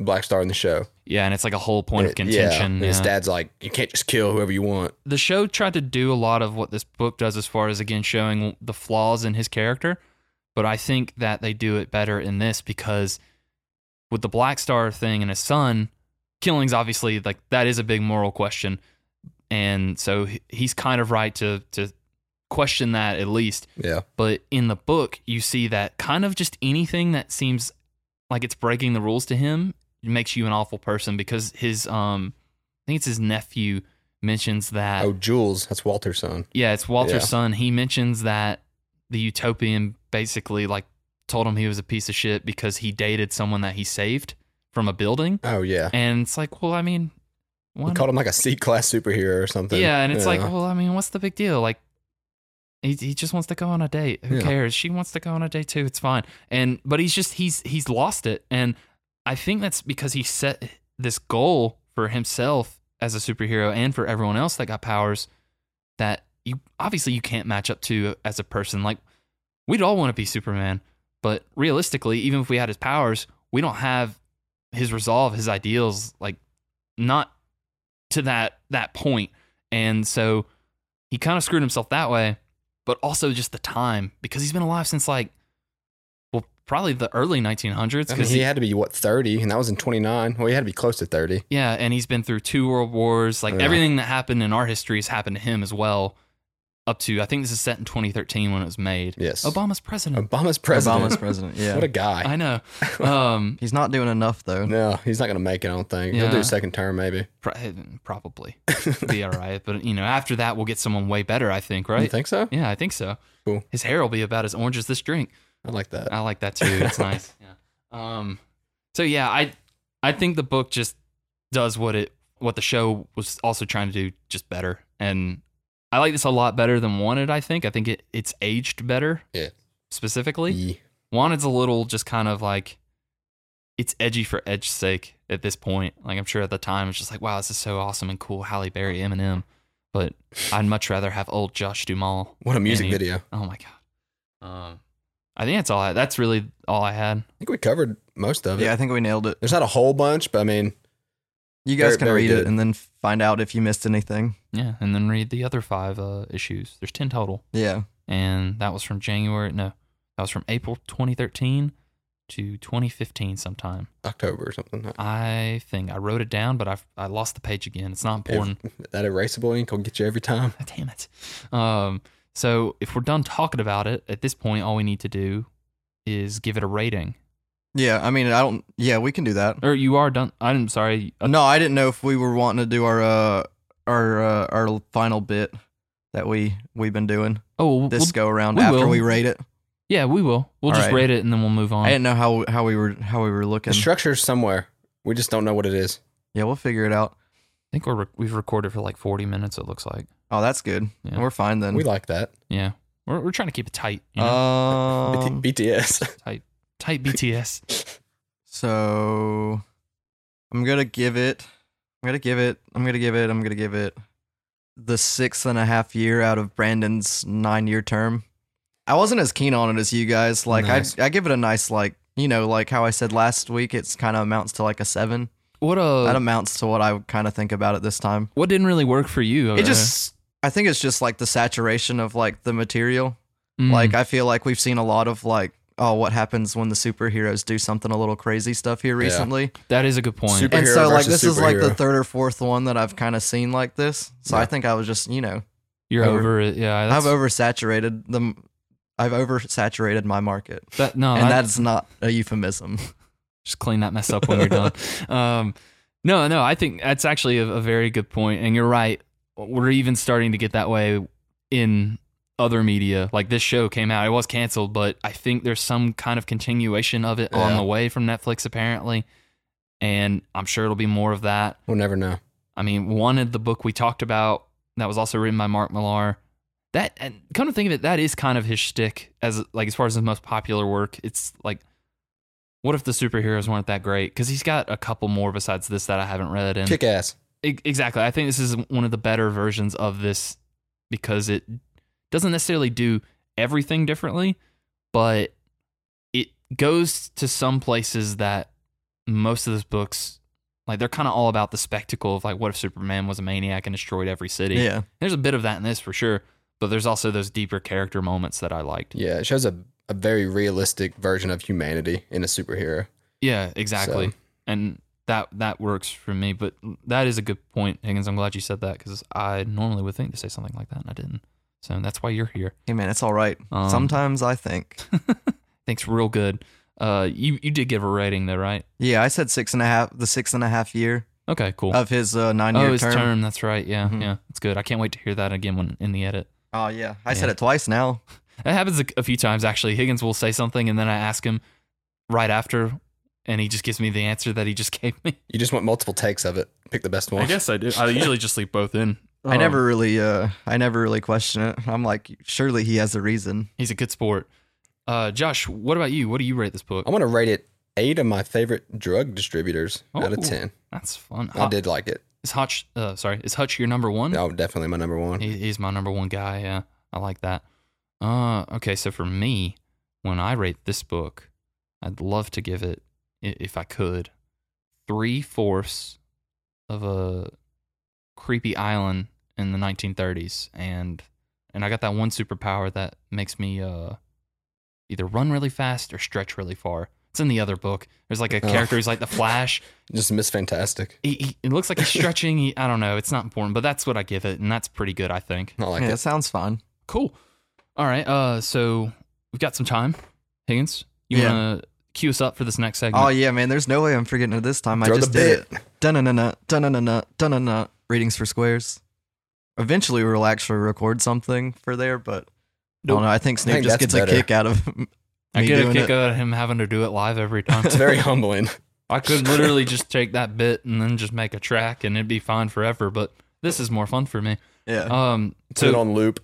Speaker 3: Black Star in the show.
Speaker 1: yeah, and it's like a whole point of
Speaker 3: And it-
Speaker 1: contention.
Speaker 3: and His
Speaker 1: yeah.
Speaker 3: dad's like, you can't just kill whoever you want.
Speaker 1: the show tried to do a lot of what this book does as far as again showing the flaws in his character but i think that they do it better in this because with the black star thing and his son killing's obviously like that is a big moral question and so he- he's kind of right to to question that at least
Speaker 3: Yeah,
Speaker 1: but in the book you see that kind of just anything that seems like it's breaking the rules to him makes you an awful person because his um i think it's his nephew mentions that
Speaker 3: Oh, Jules, that's Walter's son.
Speaker 1: yeah it's walter's
Speaker 3: Yeah.
Speaker 1: son he mentions that the utopian basically like told him he was a piece of shit because he dated someone that he saved from a building
Speaker 3: Oh yeah,
Speaker 1: and it's like well i mean
Speaker 3: we
Speaker 1: what
Speaker 3: called him like a C class superhero or something.
Speaker 1: yeah, and it's like, well, I mean, what's the big deal? Like, he he just wants to go on a date. Who
Speaker 3: Yeah.
Speaker 1: cares? She wants to go on a date too. It's fine. And but he's just he's he's lost it, and I think that's because he set this goal for himself as a superhero and for everyone else that got powers that you obviously you can't match up to as a person. Like, we'd all want to be Superman, but realistically, even if we had his powers, we don't have his resolve, his ideals, like not to that that point. And so he kind of screwed himself that way, but also just the time because he's been alive since like, well, probably the early 1900s.
Speaker 3: I mean,
Speaker 1: Because
Speaker 3: he had to be what thirty, and that was in twenty nine. Well, he had to be close to thirty.
Speaker 1: yeah, and he's been through two world wars. Like
Speaker 3: Yeah.
Speaker 1: everything that happened in our history has happened to him as well. Up to I think this is set in 2013 when it was made.
Speaker 3: Yes,
Speaker 1: Obama's president.
Speaker 3: Obama's president.
Speaker 2: Obama's president. Yeah,
Speaker 3: What a guy.
Speaker 1: I know. Um,
Speaker 2: he's not doing enough though.
Speaker 3: no, he's not gonna make it. I don't think he'll
Speaker 1: Yeah.
Speaker 3: do second term maybe.
Speaker 1: pro- eh, probably be all right, but you know, after that we'll get someone way better. I think,
Speaker 3: You
Speaker 1: right?
Speaker 3: think so?
Speaker 1: Yeah, I think so.
Speaker 3: Cool.
Speaker 1: His hair will be about as orange as this drink.
Speaker 3: I like that.
Speaker 1: I like that too. It's nice. Yeah. Um. So yeah, I I think the book just does what it what the show was also trying to do just better, and I like this a lot better than Wanted. I think. I think it it's aged better.
Speaker 3: Yeah.
Speaker 1: Specifically,
Speaker 3: Yeah.
Speaker 1: Wanted's a little just kind of like it's edgy for edge's sake at this point. Like I'm sure at the time it's just like, wow, this is so awesome and cool, Halle Berry, Eminem. But I'd much rather have old Josh Duhamel
Speaker 3: What a music
Speaker 1: Any-
Speaker 3: video. I
Speaker 1: Oh my god. Um, I think that's all. I, that's really all I had.
Speaker 3: think we covered most of it.
Speaker 2: Yeah, I think we nailed it.
Speaker 3: There's not a whole bunch, but I mean,
Speaker 2: You guys
Speaker 3: Very-
Speaker 2: can
Speaker 3: very
Speaker 2: read
Speaker 3: good.
Speaker 2: it and then find out if you missed anything.
Speaker 1: Yeah, and then read the other five uh, issues. There's ten total,
Speaker 2: Yeah,
Speaker 1: and that was from January. No, that was from April 2013 to 2015 sometime.
Speaker 3: October or something.
Speaker 1: I think I wrote it down, but I I lost the page again. It's not important.
Speaker 3: That erasable ink will get you every time.
Speaker 1: Damn it. Um, so if we're done talking about it at this point, all we need to do is give it a rating.
Speaker 2: Yeah, I mean, I don't. Yeah, we can do that.
Speaker 1: Or you are done. I'm sorry.
Speaker 2: No, I didn't know if we were wanting to do our uh our uh, our final bit that we we've been doing
Speaker 1: Oh, well,
Speaker 2: this
Speaker 1: we'll-
Speaker 2: go around
Speaker 1: we
Speaker 2: after
Speaker 1: will. Um,
Speaker 2: we rate it.
Speaker 1: yeah, we will. We'll
Speaker 2: All
Speaker 1: just
Speaker 2: right.
Speaker 1: rate it and then we'll move on.
Speaker 2: I didn't know how how we were how we were looking.
Speaker 3: The structure's somewhere. We just don't know what it is.
Speaker 2: Yeah, we'll figure it out.
Speaker 1: I think we're rec- we've recorded for like 40 minutes. It looks like.
Speaker 2: Oh, that's good.
Speaker 1: Yeah.
Speaker 2: We're fine then.
Speaker 3: We like that.
Speaker 1: Yeah, we're we're trying to keep it tight. You
Speaker 2: Uh,
Speaker 1: know?
Speaker 2: Um,
Speaker 3: BT- BTS.
Speaker 1: tight BTS.
Speaker 2: so I'm gonna give it. I'm gonna give it. I'm gonna give it. I'm gonna give it the six and a half year out of Brandon's nine year term. I wasn't as keen on it as you guys. Like
Speaker 3: Nice.
Speaker 2: I, I give it a nice like you know like how I said last week. It's kind of amounts to like a seven.
Speaker 1: What
Speaker 2: that
Speaker 1: uh,
Speaker 2: amounts to what I kind of think about it this time.
Speaker 1: what didn't Oh, really work for you? over
Speaker 2: It just. I think it's just like the saturation of like the material.
Speaker 1: there? Mm,
Speaker 2: Like I feel like we've seen a lot of like, oh, what happens when the superheroes do something a little crazy stuff here
Speaker 3: Yeah.
Speaker 2: recently.
Speaker 1: that is a good point.
Speaker 3: Super-
Speaker 2: And
Speaker 3: Superhero
Speaker 2: so like
Speaker 3: versus
Speaker 2: this is like the
Speaker 3: superhero.
Speaker 2: third or fourth one that I've kind of seen like this. So I
Speaker 3: Yeah.
Speaker 2: think I was just, you know,
Speaker 1: You're
Speaker 2: over-
Speaker 1: over it. Yeah, that's,
Speaker 2: I've oversaturated them. I've oversaturated my market.
Speaker 1: that,
Speaker 3: Oh,
Speaker 1: no,
Speaker 2: and
Speaker 1: that-
Speaker 2: that's not a euphemism.
Speaker 1: just clean that mess up when you're done. Um, no, no, I think that's actually a, a very good point, and you're right. We're even starting to get that way in other media. Like this show came out, it was canceled, but I think there's some kind of continuation of it on
Speaker 3: Yeah.
Speaker 1: the way from Netflix, apparently, and I'm sure it'll be more of that.
Speaker 3: We'll never know.
Speaker 1: I mean, one of the book we talked about that was also written by Mark Millar. That and come to think of it, that is kind of his shtick as like as far as his most popular work. It's like, what if the superheroes weren't that great? Because he's got a couple more besides this that I haven't read. And
Speaker 3: Kick ass.
Speaker 1: E- exactly, I think this is one of the better versions of this because it doesn't necessarily do everything differently, but it goes to some places that most of those books like they're kind of all about the spectacle of like what if superman was a maniac and destroyed every city
Speaker 2: Yeah.
Speaker 1: there's a bit of that in this for sure but there's also those deeper character moments that i liked
Speaker 3: Yeah, it shows a, a very realistic version of humanity in a superhero.
Speaker 1: yeah exactly
Speaker 3: So-
Speaker 1: and that that works for me but that is a good point higgins i'm glad you said that because i normally would think to say something like that and i didn't so that's why you're here
Speaker 2: Hey man, it's all right.
Speaker 1: Um,
Speaker 2: Sometimes I think.
Speaker 1: thanks real good uh you you did give a rating though right
Speaker 2: Yeah, I said six and a half. The six and a half year
Speaker 1: okay cool
Speaker 2: of his uh, nine year
Speaker 1: oh his
Speaker 2: term.
Speaker 1: term. that's right yeah
Speaker 2: Mhm.
Speaker 1: yeah it's good i can't wait to hear that again when in the edit
Speaker 2: Oh yeah, I said
Speaker 1: Yeah.
Speaker 2: it twice now.
Speaker 1: That happens a, a few times actually. Higgins will say something and then I ask him right after and he just gives me the answer that he just gave me.
Speaker 3: You just want multiple takes of it. Pick the best one.
Speaker 1: I do. I usually just leave both in.
Speaker 3: Oh.
Speaker 2: I never really, uh, I never really question it. I'm like, surely he has a reason.
Speaker 1: He's a good sport. Uh, Josh, what about you? What do you rate this book?
Speaker 3: I'm going to rate it eight of my favorite drug distributors out of
Speaker 1: Oh.
Speaker 3: 10.
Speaker 1: That's fun.
Speaker 3: I
Speaker 1: Hot- Mm.
Speaker 3: did like it.
Speaker 1: Is Hutch? Uh, sorry, is Hutch your number one?
Speaker 3: Oh, definitely my number one.
Speaker 1: He, he's my number one guy. Yeah, I like that. Uh, okay, so for me, when I rate this book, I'd love to give it, i- if I could, three fourths of a creepy island in the 1930s, and and I got that one superpower that makes me uh either run really fast or stretch really far. It's in the other book. There's like a
Speaker 3: Oh.
Speaker 1: character who's like the Flash,
Speaker 3: Just Miss Fantastic.
Speaker 1: he, he, it looks like he's stretching. He, I don't know. It's not important, but that's what I give it, and that's pretty good, I think.
Speaker 3: I like
Speaker 2: yeah,
Speaker 3: it.
Speaker 2: that sounds fine.
Speaker 1: Cool. All right. Uh, so we've got some time. Higgins, you
Speaker 2: Yeah.
Speaker 1: want to cue us up for this next segment?
Speaker 2: Oh yeah, man. There's no way I'm forgetting it this time.
Speaker 3: Throw
Speaker 2: I
Speaker 3: the
Speaker 2: just did
Speaker 3: bit.
Speaker 2: it. Dun dun dun dun dun dun dun. Readings for squares. Eventually, we'll actually record something for there, but I
Speaker 1: Nope.
Speaker 2: don't know. I think Snoop
Speaker 3: think
Speaker 2: just
Speaker 3: that's
Speaker 2: gets
Speaker 3: better.
Speaker 2: a kick out of.
Speaker 1: I
Speaker 2: Oh, me
Speaker 1: get a
Speaker 2: doing
Speaker 1: kick
Speaker 2: it.
Speaker 1: out of him having to do it live every time.
Speaker 3: It's very humbling.
Speaker 1: I could literally just take that bit and then just make a track, and it'd be fine forever. But this is more fun for me.
Speaker 2: Yeah.
Speaker 1: Um,
Speaker 3: Put it
Speaker 1: so
Speaker 3: on loop.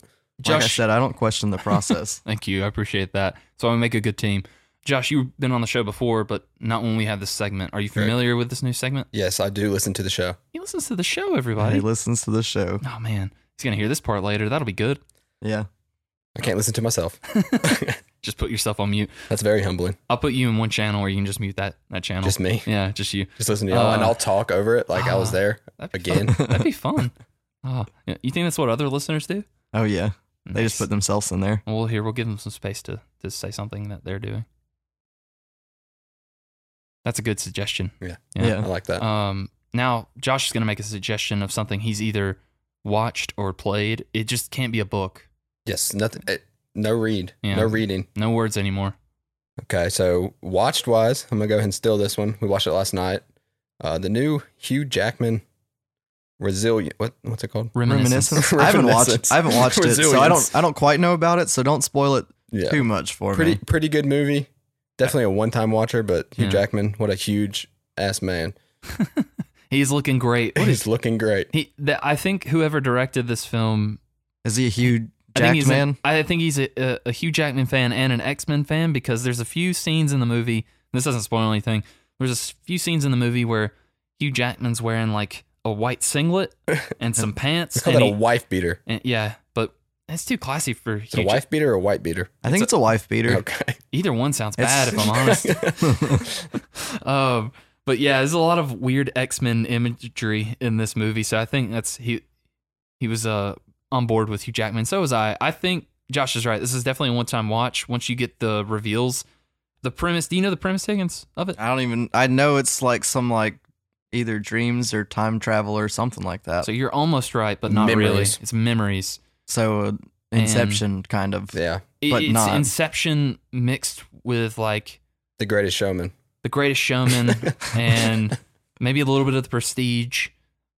Speaker 2: like I
Speaker 1: Josh,
Speaker 2: said, I don't question the process.
Speaker 1: Thank you. I appreciate that. So I make a good team. Josh, you've been on the show before, but not when we had this segment. Are you
Speaker 3: Correct.
Speaker 1: familiar with this new segment?
Speaker 3: Yes, I do listen to the show.
Speaker 1: He listens to the show,
Speaker 2: he
Speaker 1: everybody.
Speaker 2: listens to the show.
Speaker 1: Oh man, he's gonna hear this part later. That'll be good.
Speaker 2: Yeah.
Speaker 3: I can't listen to myself.
Speaker 1: Just put yourself on mute.
Speaker 3: That's very humbling.
Speaker 1: I'll put you in one channel, or you can just mute that that channel.
Speaker 3: Just me.
Speaker 1: yeah, just you.
Speaker 3: Just listen to y'all, and
Speaker 1: Oh. Uh,
Speaker 3: I'll talk over it like I was
Speaker 1: uh,
Speaker 3: there
Speaker 1: That'd be
Speaker 3: again.
Speaker 1: fun. that'd be fun. Oh, yeah. you think that's what other listeners do?
Speaker 2: Oh yeah. They just
Speaker 1: Nice.
Speaker 2: put themselves in there.
Speaker 1: Well, here we'll give them some space to to say something that they're doing. That's a good suggestion.
Speaker 3: Yeah.
Speaker 1: Yeah.
Speaker 2: Yeah.
Speaker 3: I like that.
Speaker 1: Um, now Josh is going to make a suggestion of something he's either watched or played. It just can't be a book.
Speaker 3: yes, nothing. eh, no read.
Speaker 1: Yeah.
Speaker 3: No reading.
Speaker 1: No words anymore.
Speaker 3: Okay, so watched wise, I'm gonna go ahead and steal this one. We watched it last night. Uh, the new Hugh Jackman resilient. What what's it called?
Speaker 1: Reminiscence.
Speaker 2: Reminiscence. I haven't
Speaker 3: Reminiscence.
Speaker 2: watched. I haven't watched it, so I
Speaker 3: Resilience.
Speaker 2: don't. I don't quite know about it. So don't spoil it
Speaker 3: Yeah,
Speaker 2: too much for
Speaker 3: pretty
Speaker 2: me.
Speaker 3: pretty good movie. Definitely a one time watcher, but Hugh
Speaker 1: Yeah.
Speaker 3: Jackman, what a huge ass man.
Speaker 1: He's looking great. What is
Speaker 3: He's looking great.
Speaker 1: he? That, I think whoever directed this film
Speaker 2: Is he a huge
Speaker 1: I think
Speaker 2: Jackman?
Speaker 1: he's a- I think he's a, a, a Hugh Jackman fan and an X Men fan because there's a few scenes in the movie. This doesn't spoil anything. There's a s- few scenes in the movie where Hugh Jackman's wearing like a white singlet and some pants.
Speaker 3: It's called
Speaker 1: and
Speaker 3: that
Speaker 1: he-
Speaker 3: a wife beater.
Speaker 1: and- yeah, but it's too classy for
Speaker 3: Is it
Speaker 1: Hugh.
Speaker 3: a
Speaker 1: Jack-
Speaker 3: wife beater or a white beater?
Speaker 2: I think it's a, wife beater.
Speaker 3: Okay.
Speaker 1: Either one sounds
Speaker 2: It's-
Speaker 1: bad if I'm honest. um, but yeah, there's a lot of weird X Men imagery in this movie, so I think that's he he was uh on board with Hugh Jackman. So was I. I think Josh is right. This is definitely a one time watch. Once you get the reveals, the premise. Do you know the premise, Higgins, of it?
Speaker 2: I don't even. I know it's like some like either dreams or time travel or something like that.
Speaker 1: So
Speaker 2: So,
Speaker 1: you're almost right, but not really.
Speaker 3: Memories.
Speaker 1: It's memories,
Speaker 2: uh, Inception kind of.
Speaker 3: yeah.
Speaker 1: It-
Speaker 2: But
Speaker 1: it's
Speaker 2: not.
Speaker 1: Inception mixed with like
Speaker 3: The greatest showman.
Speaker 1: The Greatest Showman and maybe a little bit of The Prestige,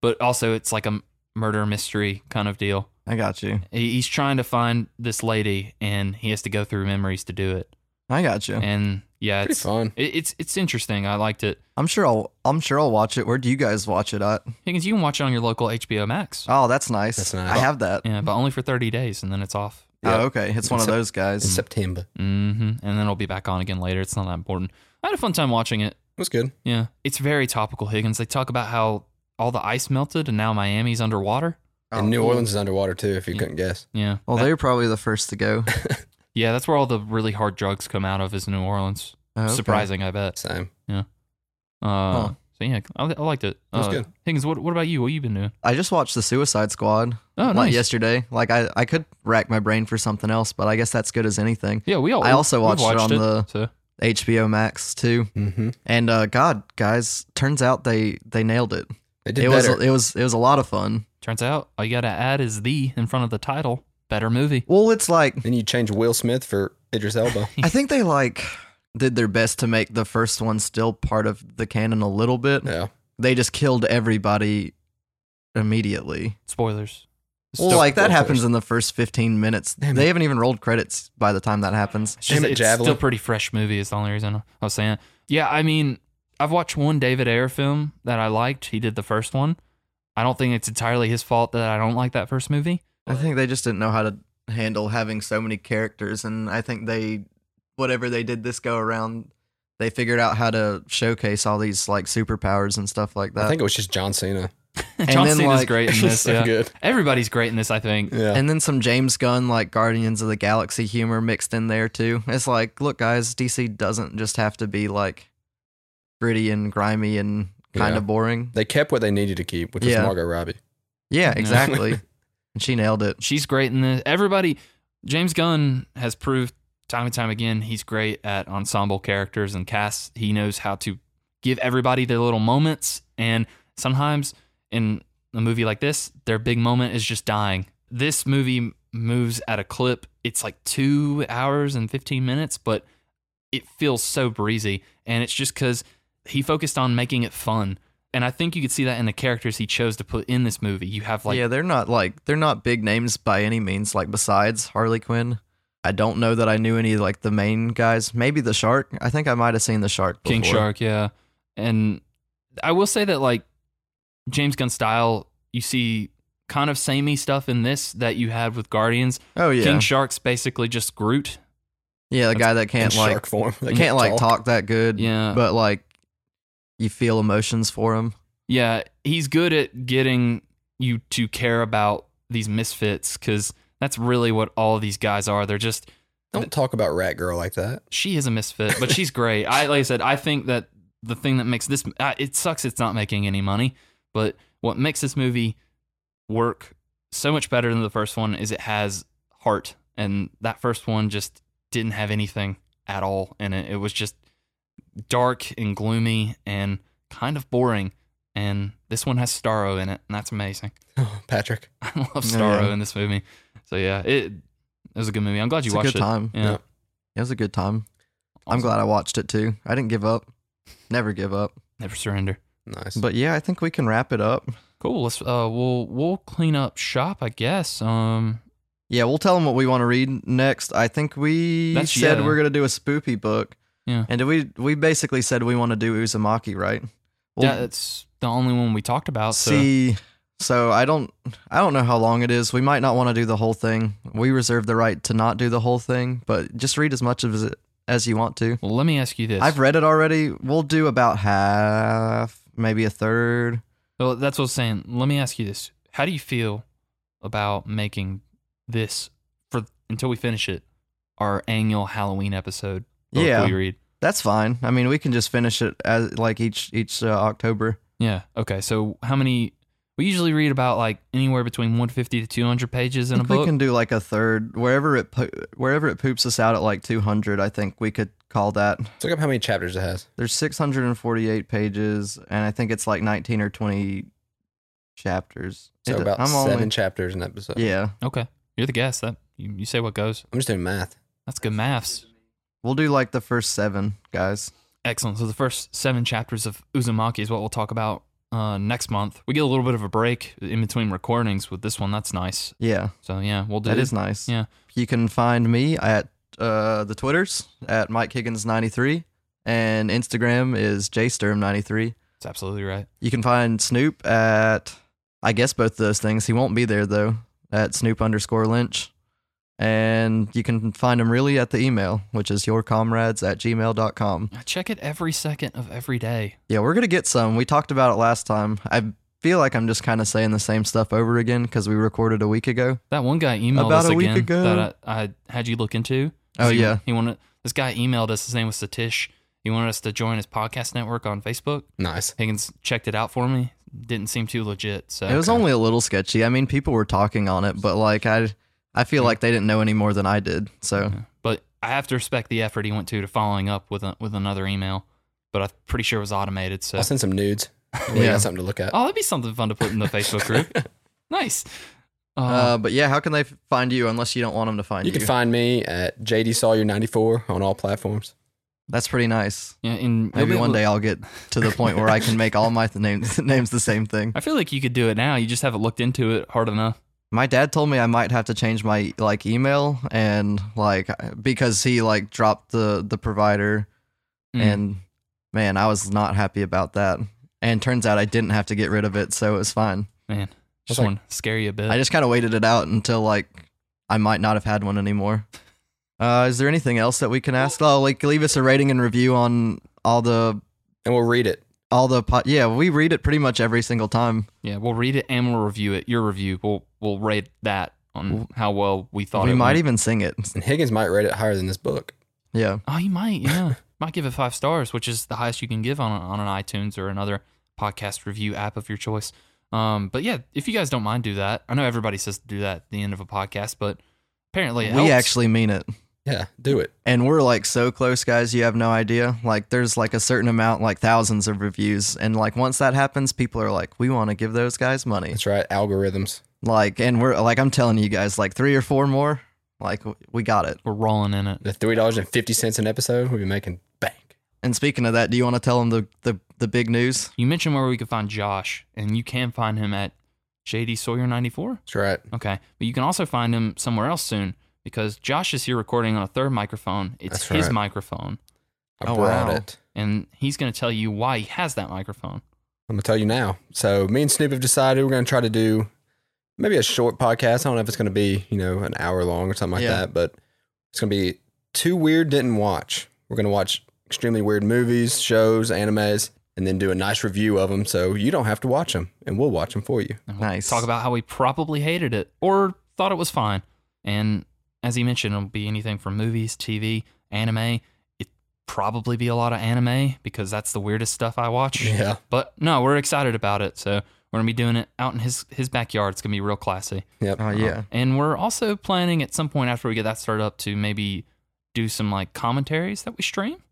Speaker 1: but also it's like a m- murder mystery kind of deal.
Speaker 2: I got you.
Speaker 1: He- He's trying to find this lady, and he has to go through memories to do it.
Speaker 2: I got you.
Speaker 1: And yeah,
Speaker 3: Oh. Pretty
Speaker 1: it's
Speaker 3: fun.
Speaker 1: it, it's it's interesting. I liked it.
Speaker 2: I'm sure I'll. I'm sure I'll watch it. Where do you guys watch it at?
Speaker 1: Higgins, you can watch it on your local HBO Max.
Speaker 2: Oh, that's nice.
Speaker 3: That's nice.
Speaker 2: I have that.
Speaker 1: Yeah, but only for thirty days, and then it's off.
Speaker 3: Yeah.
Speaker 2: Oh, okay. It's one of
Speaker 3: Incep-
Speaker 2: those
Speaker 3: It's
Speaker 2: guys.
Speaker 3: September. It
Speaker 1: hmm And then it'll be back on again later. It's not that important. I had a fun time watching it.
Speaker 3: was good.
Speaker 1: Yeah, it's very topical. Higgins, they talk about how all the ice melted, and now Miami's underwater.
Speaker 2: Oh,
Speaker 3: and New
Speaker 2: cool.
Speaker 3: Orleans is underwater too, if you
Speaker 1: Yeah.
Speaker 3: couldn't guess.
Speaker 1: Yeah.
Speaker 2: Well,
Speaker 1: That-
Speaker 2: they were probably the first to go.
Speaker 1: Yeah, that's where all the really hard drugs come out of is New Orleans.
Speaker 2: Oh, okay.
Speaker 1: Surprising, I bet.
Speaker 3: Same.
Speaker 1: Uh, So yeah, I, I liked it.
Speaker 3: That's
Speaker 1: uh,
Speaker 3: good.
Speaker 1: Higgins, what what about you? What you been doing?
Speaker 2: I just watched the Suicide Squad.
Speaker 1: Oh,
Speaker 2: like,
Speaker 1: nice.
Speaker 2: yesterday. Like I, I could rack my brain for something else, but I guess that's good as anything.
Speaker 1: Yeah, we all.
Speaker 2: I also
Speaker 1: we've
Speaker 2: watched it on the-
Speaker 1: so.
Speaker 2: HBO Max too.
Speaker 3: Mm-hmm.
Speaker 2: And uh, God, guys, turns out they they nailed it.
Speaker 3: They did
Speaker 2: It was
Speaker 3: better.
Speaker 2: it was it was a lot of fun.
Speaker 1: Turns out all you gotta add is the in front of the title. Better movie.
Speaker 2: Well, it's like
Speaker 3: then you change Will Smith for Idris Elba.
Speaker 2: I think they like did their best to make the first one still part of the canon a little bit.
Speaker 3: yeah.
Speaker 2: They just killed everybody immediately.
Speaker 1: Spoilers. It's
Speaker 2: Well,
Speaker 1: still-
Speaker 2: like that
Speaker 3: spoilers.
Speaker 2: happens in the first 15 minutes.
Speaker 3: Damn
Speaker 2: they
Speaker 3: it.
Speaker 2: haven't even rolled credits by the time that happens.
Speaker 1: it's, just-
Speaker 3: Damn it,
Speaker 1: it's
Speaker 3: Javelin.
Speaker 1: still pretty fresh movie. Is the only reason I was saying. it. Yeah, I mean, I've watched one David Ayer film that I liked. He did the first one. I don't think it's entirely his fault that I don't like that first movie.
Speaker 2: I think they just didn't know how to handle having so many characters, and I think they, whatever they did this go around, they figured out how to showcase all these like superpowers and stuff like that.
Speaker 3: I think it was just John Cena.
Speaker 1: John
Speaker 2: then,
Speaker 1: Cena's
Speaker 2: like-
Speaker 1: great in
Speaker 3: It was
Speaker 1: this.
Speaker 3: so
Speaker 1: yeah.
Speaker 3: good.
Speaker 1: Everybody's great in this. I think.
Speaker 3: Yeah.
Speaker 2: and then some James Gunn like Guardians of the Galaxy humor mixed in there too. It's like, look, guys, DC doesn't just have to be like gritty and grimy and kind
Speaker 3: Yeah.
Speaker 2: of boring.
Speaker 3: they kept what they needed to keep, which was
Speaker 2: Yeah.
Speaker 3: Margot Robbie.
Speaker 2: Yeah,
Speaker 1: No.
Speaker 2: exactly. and she nailed it.
Speaker 1: She's great in this. Everybody, James Gunn has proved time and time again he's great at ensemble characters and casts. He knows how to give everybody their little moments, and sometimes in a movie like this, their big moment is just dying. This movie moves at a clip. It's like two hours and fifteen minutes, but it feels so breezy, and it's just because he focused on making it fun. And I think you could see that in the characters he chose to put in this movie. You have like
Speaker 2: yeah, they're not like they're not big names by any means. Like besides Harley Quinn, I don't know that I knew any like the main guys. Maybe the shark. I think I might have seen the shark. Before.
Speaker 1: King Shark, yeah. And I will say that like James Gunn style, you see kind of samey stuff in this that you had with Guardians.
Speaker 2: Oh yeah,
Speaker 1: King Shark's basically just Groot.
Speaker 2: yeah, the guy that
Speaker 3: In
Speaker 2: can't like
Speaker 3: shark form. They
Speaker 2: can't, like talk that good.
Speaker 1: Yeah.
Speaker 2: but like you feel emotions for him.
Speaker 1: Yeah, he's good at getting you to care about these misfits cuz that's really what all of these guys are. They're just
Speaker 3: Don't talk about Rat Girl like that.
Speaker 1: she is a misfit, but she's great. I like I said, I think that the thing that makes this uh, it sucks it's not making any money, but what makes this movie work so much better than the first one is it has heart, and that first one just didn't have anything at all in it. It was just dark and gloomy and kind of boring. And this one has Starro in it, and that's amazing.
Speaker 3: Oh, Patrick.
Speaker 1: I love Starro
Speaker 2: yeah.
Speaker 1: in this movie. So yeah, it, it was a good movie. I'm glad you
Speaker 2: It's a
Speaker 1: watched
Speaker 2: good
Speaker 1: it.
Speaker 2: time.
Speaker 1: Yeah.
Speaker 3: Yeah.
Speaker 2: It was a good time. I'm glad I watched it too. I didn't give up. Never give up.
Speaker 1: Never surrender.
Speaker 3: Nice.
Speaker 2: But yeah, I think we can wrap it up.
Speaker 1: Cool. Let's uh we'll we'll clean up shop, I guess. Um
Speaker 2: Yeah, we'll tell them what we want to read next. I think we
Speaker 1: That's-
Speaker 2: said
Speaker 1: yeah.
Speaker 2: we're gonna do a spoopy book.
Speaker 1: Yeah.
Speaker 2: And did we we basically said we want to do Uzumaki, right? We'll
Speaker 1: yeah, that's the only one we talked about. So
Speaker 2: see. So I don't I don't know how long it is. We might not want to do the whole thing. We reserve the right to not do the whole thing, but just read as much of it as you want to.
Speaker 1: well, let me ask you this.
Speaker 2: I've read it already. We'll do about half, maybe a third.
Speaker 1: Well, that's what I was saying. Let me ask you this: How do you feel about making this for until we finish it our annual Halloween episode? of
Speaker 2: Yeah.
Speaker 1: we read.
Speaker 2: That's fine. I mean, we can just finish it as like each each uh, October.
Speaker 1: Yeah. Okay. So how many? We usually read about like anywhere between 150 to 200 pages in
Speaker 2: I
Speaker 1: a
Speaker 2: think we
Speaker 1: book.
Speaker 2: can do like a third wherever it po- wherever it poops us out at like 200. I think we could call that.
Speaker 3: Look up how many chapters it has.
Speaker 2: There's 648 pages, and I think it's like 19 or 20 chapters.
Speaker 3: So
Speaker 2: It-
Speaker 3: about
Speaker 2: I'm
Speaker 3: seven
Speaker 2: only-
Speaker 3: chapters an episode.
Speaker 2: yeah,
Speaker 1: okay. You're the guest. That you, you say what goes.
Speaker 3: I'm just doing math.
Speaker 1: That's good maths.
Speaker 2: we'll do like the first seven guys.
Speaker 1: Excellent. So the first seven chapters of Uzumaki is what we'll talk about uh, next month. We get a little bit of a break in between recordings with this one. That's nice.
Speaker 2: Yeah,
Speaker 1: So yeah, we'll do
Speaker 2: that
Speaker 1: it.
Speaker 2: is nice.
Speaker 1: Yeah.
Speaker 2: you can find me at uh, the Twitters at Mike Higgins 93, and Instagram is jsturm 93.
Speaker 1: It's absolutely right.
Speaker 2: You can find Snoop at, I guess, both those things. He won't be there though, at Snoop underscore Lynch. And you can find him really at the email, which is yourcomrades at gmail.com.
Speaker 1: I check it every second of every day.
Speaker 2: Yeah, we're going to get some. We talked about it last time. I feel like I'm just kind of saying the same stuff over again because we recorded a week ago.
Speaker 1: That one guy emailed
Speaker 2: About
Speaker 1: us
Speaker 2: a week
Speaker 1: again
Speaker 2: ago.
Speaker 1: that I, I had you look into.
Speaker 2: Oh,
Speaker 1: He-
Speaker 2: yeah.
Speaker 1: he wanted this guy emailed us. His name was Satish. He wanted us to join his podcast network on Facebook.
Speaker 3: Nice.
Speaker 1: Higgins checked it out for me. Didn't seem too legit. So
Speaker 2: It was only a little sketchy. I mean, people were talking on it, but like, I. I feel like they didn't know any more than I did. So,
Speaker 1: but I have to respect the effort he went to to following up with a, with another email. But I'm pretty sure it was automated. So
Speaker 3: I'll send some nudes. We
Speaker 2: Yeah.
Speaker 3: got something to look at.
Speaker 1: oh, that'd be something fun to put in the Facebook group. nice. Uh,
Speaker 2: uh, but yeah, how can they find you unless you don't want them to find
Speaker 3: You
Speaker 2: you?
Speaker 3: can find me at JD Sawyer 94 on all platforms.
Speaker 2: That's pretty nice.
Speaker 1: yeah, and
Speaker 2: Maybe
Speaker 1: you'll be
Speaker 2: one
Speaker 1: able-
Speaker 2: day I'll get to the point where I can make all my th- names names the same thing.
Speaker 1: I feel like you could do it now. You just haven't looked into it hard enough.
Speaker 2: My dad told me I might have to change my like email and like because he like dropped the the provider
Speaker 1: Mm.
Speaker 2: and man, I was not happy about that. And turns out I didn't have to get rid of it, so it was fine.
Speaker 1: Man, just
Speaker 3: like-
Speaker 1: want to scare you a bit.
Speaker 2: I just kind of waited it out until like I might not have had one anymore. Uh, is there anything else that we can ask? Oh, like leave us a rating and review on all the
Speaker 3: And we'll read it.
Speaker 2: all the pot. Yeah, we read it pretty much every single time.
Speaker 1: yeah, we'll read it and we'll review it. Your review, we'll we'll rate that on how well we thought
Speaker 2: we
Speaker 1: it
Speaker 2: might
Speaker 1: went.
Speaker 2: even sing it.
Speaker 3: And Higgins might rate it higher than this book.
Speaker 2: Yeah.
Speaker 1: Oh, you might, yeah, might give it five stars, which is the highest you can give on on an iTunes or another podcast review app of your choice. Um, but yeah, if you guys don't mind, do that. I know everybody says to do that at the end of a podcast, but apparently it
Speaker 2: we
Speaker 1: helps.
Speaker 2: actually mean it.
Speaker 3: Yeah, do it.
Speaker 2: And we're like so close, guys. You have no idea. Like, there's like a certain amount, like thousands of reviews. And like, once that happens, people are like, we want to give those guys money.
Speaker 3: That's right. Algorithms.
Speaker 2: Like, and we're like, I'm telling you guys, like three or four more, like, w- we got it.
Speaker 1: we're rolling in it.
Speaker 3: The $3.50 an episode, we'll be making bank.
Speaker 2: And speaking of that, do you want to tell them the, the, the big news?
Speaker 1: You mentioned where we could find Josh, and you can find him at JD Sawyer ninety four.
Speaker 3: That's right.
Speaker 1: Okay. But you can also find him somewhere else soon because Josh is here recording on a third microphone. It's
Speaker 3: That's
Speaker 1: his
Speaker 3: right.
Speaker 1: microphone.
Speaker 3: I
Speaker 2: Oh,
Speaker 3: brought
Speaker 2: wow.
Speaker 3: it.
Speaker 1: And he's going to tell you why he has that microphone.
Speaker 3: I'm gonna tell you now. So me and Snoop have decided we're gonna try to do maybe a short podcast. I don't know if it's gonna be you know an hour long or something like
Speaker 2: Yeah.
Speaker 3: that, but it's gonna be too weird. Didn't watch. We're gonna watch extremely weird movies, shows, animes, and then do a nice review of them. So you don't have to watch them, and we'll watch them for you.
Speaker 1: And we'll
Speaker 2: Nice.
Speaker 1: Talk about how we probably hated it or thought it was fine. And as he mentioned, it'll be anything from movies, TV, anime. It probably be a lot of anime because that's the weirdest stuff I watch.
Speaker 3: Yeah,
Speaker 1: But no, we're excited about it. So we're going to be doing it out in his, his backyard. It's going to be real classy.
Speaker 3: yep.
Speaker 2: Oh, yeah.
Speaker 1: And we're also planning at some point after we get that started up to maybe do some like commentaries that we stream.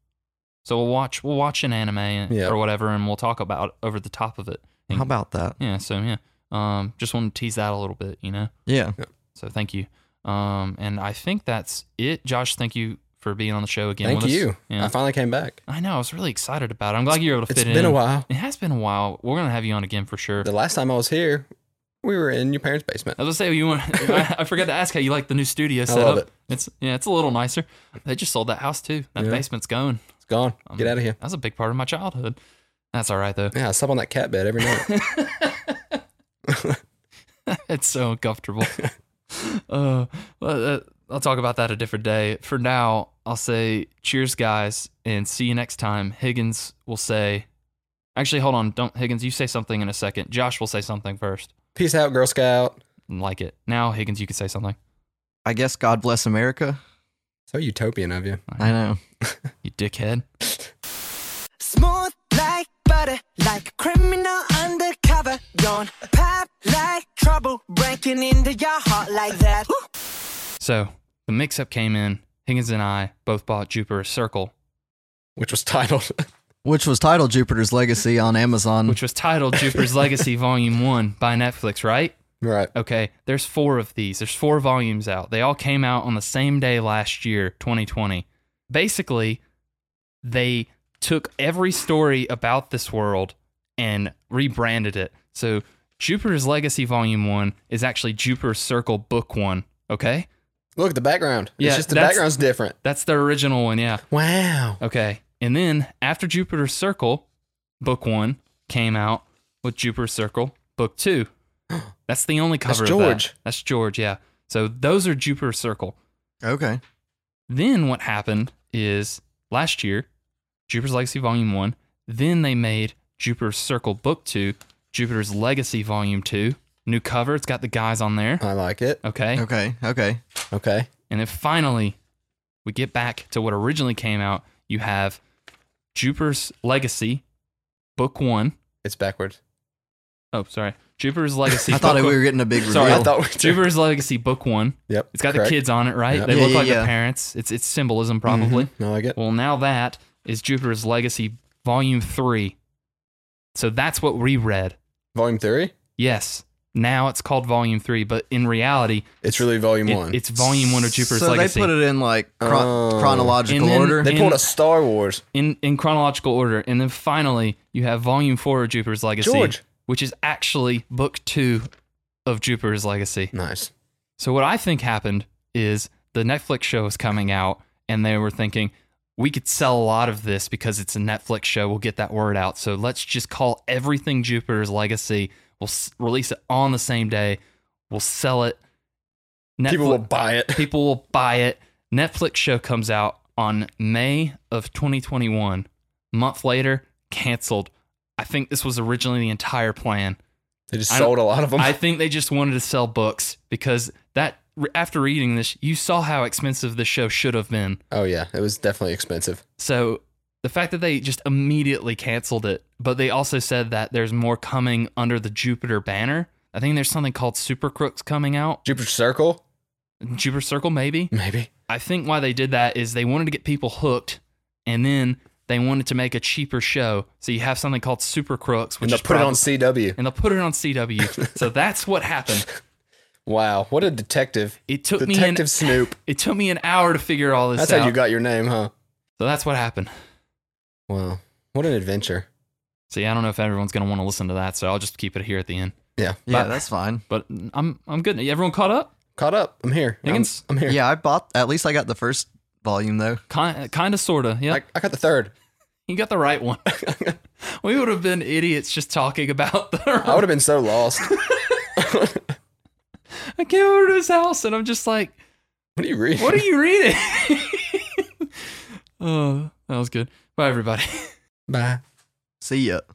Speaker 1: So we'll watch we'll watch an anime
Speaker 3: Yeah.
Speaker 1: or whatever and we'll talk about over the top of it.
Speaker 2: How about that?
Speaker 1: Yeah, so yeah. Um just wanted to tease that a little bit, you know.
Speaker 2: Yeah.
Speaker 1: So thank you. Um and I think that's it. Josh, thank you for being on the show again.
Speaker 3: Thank
Speaker 1: with us.
Speaker 3: you.
Speaker 1: Yeah.
Speaker 3: I finally came back.
Speaker 1: I know. I was really excited about it. I'm glad you were able to
Speaker 3: It's
Speaker 1: fit in.
Speaker 3: been a while.
Speaker 1: It has been a while. We're gonna have you on again for sure.
Speaker 3: The last time I was here, we were in your parents' basement.
Speaker 1: I was gonna say you want. I, I forgot to ask how you like the new studio
Speaker 3: I
Speaker 1: setup.
Speaker 3: love it.
Speaker 1: It's yeah, it's a little nicer. They just sold that house too. That
Speaker 3: Yeah.
Speaker 1: basement's going.
Speaker 3: It's gone. Get out of here.
Speaker 1: That was a big part of my childhood. That's all right though.
Speaker 3: Yeah, I slept on that cat bed every night.
Speaker 1: it's so uncomfortable. uh, well, uh, I'll talk about that a different day. For now, I'll say cheers, guys, and see you next time. Higgins will say, actually, hold on. Don't, Higgins, you say something in a second. Josh will say something first.
Speaker 3: Peace out, Girl Scout.
Speaker 1: Like it. Now, Higgins, you can say something.
Speaker 2: I guess God bless America.
Speaker 3: So utopian of you.
Speaker 2: I know.
Speaker 1: You dickhead.
Speaker 4: Smooth like butter, like a criminal undercover. Don't pop like trouble, breaking into your heart like that. Ooh.
Speaker 1: So the mix up came in. Higgins and I both bought Jupiter Circle,
Speaker 3: Which was titled
Speaker 2: Which was titled Jupiter's Legacy on Amazon.
Speaker 1: which was titled Jupiter's Legacy Volume 1 by Netflix, right?
Speaker 3: Right.
Speaker 1: Okay, there's four of these. There's four volumes out. They all came out on the same day last year, 2020. Basically, they took every story about this world and rebranded it. So, Jupiter's Legacy Volume 1 is actually Jupiter's Circle Book 1, okay?
Speaker 3: Look, the background.
Speaker 1: Yeah,
Speaker 3: it's just the
Speaker 1: that's-
Speaker 3: background's different.
Speaker 1: That's the original one, yeah.
Speaker 3: Wow.
Speaker 1: Okay. And then after Jupiter's Circle, book 1 came out with Jupiter's Circle, book 2. That's the only cover of that.
Speaker 3: George.
Speaker 1: That's George, yeah. So, those are Jupiter's Circle.
Speaker 2: okay.
Speaker 1: Then what happened is last year, Jupiter's Legacy Volume 1, then they made Jupiter's Circle Book 2, Jupiter's Legacy Volume 2. New cover, it's got the guys on there.
Speaker 3: I like it.
Speaker 1: Okay.
Speaker 2: Okay. Okay.
Speaker 1: Oh.
Speaker 3: Okay.
Speaker 1: And then finally, we get back to what originally came out. You have Jupiter's Legacy Book 1.
Speaker 3: It's backwards.
Speaker 1: Oh, sorry. Jupiter's Legacy.
Speaker 2: I thought
Speaker 1: book
Speaker 2: we
Speaker 1: one-
Speaker 2: were getting a big reveal.
Speaker 1: Sorry.
Speaker 3: I thought we were
Speaker 1: Jupiter's Legacy Book 1.
Speaker 3: Yep.
Speaker 1: It's got
Speaker 3: correct.
Speaker 1: the kids on it, right?
Speaker 3: Yeah.
Speaker 1: They
Speaker 2: Yeah,
Speaker 1: look
Speaker 2: yeah,
Speaker 1: like
Speaker 2: yeah. Mm-hmm.
Speaker 1: the parents. It's it's symbolism probably.
Speaker 3: Mhm. I like it.
Speaker 1: Well, now that is Jupiter's Legacy Volume 3. So that's what we read.
Speaker 3: Volume three?
Speaker 1: Yes. Now it's called Volume 3, but in reality,
Speaker 3: It's really volume
Speaker 1: it-
Speaker 3: one.
Speaker 1: it's Volume 1 of Jupiter's
Speaker 2: so
Speaker 1: Legacy.
Speaker 2: they put it in like chron-
Speaker 3: Oh.
Speaker 2: chronological
Speaker 1: And then-
Speaker 2: order.
Speaker 3: they
Speaker 1: in-
Speaker 3: pulled a Star Wars.
Speaker 1: in, in chronological order. And then finally, you have Volume 4 of Jupiter's Legacy,
Speaker 3: George.
Speaker 1: which is actually Book 2 of Jupiter's Legacy.
Speaker 3: Nice.
Speaker 1: So what I think happened is the Netflix show is coming out, and they were thinking we could sell a lot of this because it's a Netflix show. We'll get that word out. So let's just call everything Jupiter's Legacy. We'll s- release it on the same day. We'll sell it. Netflix,
Speaker 3: People will buy it.
Speaker 1: people will buy it. Netflix show comes out on May of 2021. Month later, canceled. I think this was originally the entire plan.
Speaker 3: They just
Speaker 1: I
Speaker 3: sold a lot of them.
Speaker 1: I think they just wanted to sell books because that after reading this, you saw how expensive the show should have been.
Speaker 3: oh yeah, it was definitely expensive.
Speaker 1: So the fact that they just immediately canceled it, but they also said that there's more coming under the Jupiter banner. I think there's something called Super Crooks coming out,
Speaker 3: Jupiter Circle,
Speaker 1: Jupiter Circle maybe.
Speaker 3: maybe.
Speaker 1: I think why they did that is they wanted to get people hooked, and then they wanted to make a cheaper show. So you have something called Super Crooks,
Speaker 3: And
Speaker 1: which
Speaker 3: they
Speaker 1: is
Speaker 3: put it on
Speaker 1: prob-
Speaker 3: CW.
Speaker 1: and they'll put it on CW. so that's what happened.
Speaker 3: Wow, what a detective.
Speaker 1: It took me an
Speaker 3: Detective Snoop.
Speaker 1: It took me an hour to figure all this
Speaker 3: That's
Speaker 1: out.
Speaker 3: how you got your name, huh?
Speaker 1: so that's what happened.
Speaker 3: Wow. What an adventure.
Speaker 1: See, I don't know if everyone's going to want to listen to that, so I'll just keep it here at the end.
Speaker 3: Yeah.
Speaker 2: yeah,
Speaker 1: but-
Speaker 2: that's fine.
Speaker 1: But I'm I'm good. Everyone caught up?
Speaker 3: Caught up. I'm here. I'm,
Speaker 1: Higgins?
Speaker 3: I'm here.
Speaker 2: Yeah, I bought. At least I got the first volume though.
Speaker 1: Kind kind of sorta. Yeah.
Speaker 3: I, I got the third.
Speaker 1: you got the right one. we would have been idiots just talking about the
Speaker 3: I would have been so lost.
Speaker 1: I came over to his house and I'm just like,
Speaker 3: What are you reading?
Speaker 1: "What are you reading?" oh, that was good. Bye everybody.
Speaker 3: Bye.
Speaker 2: See ya.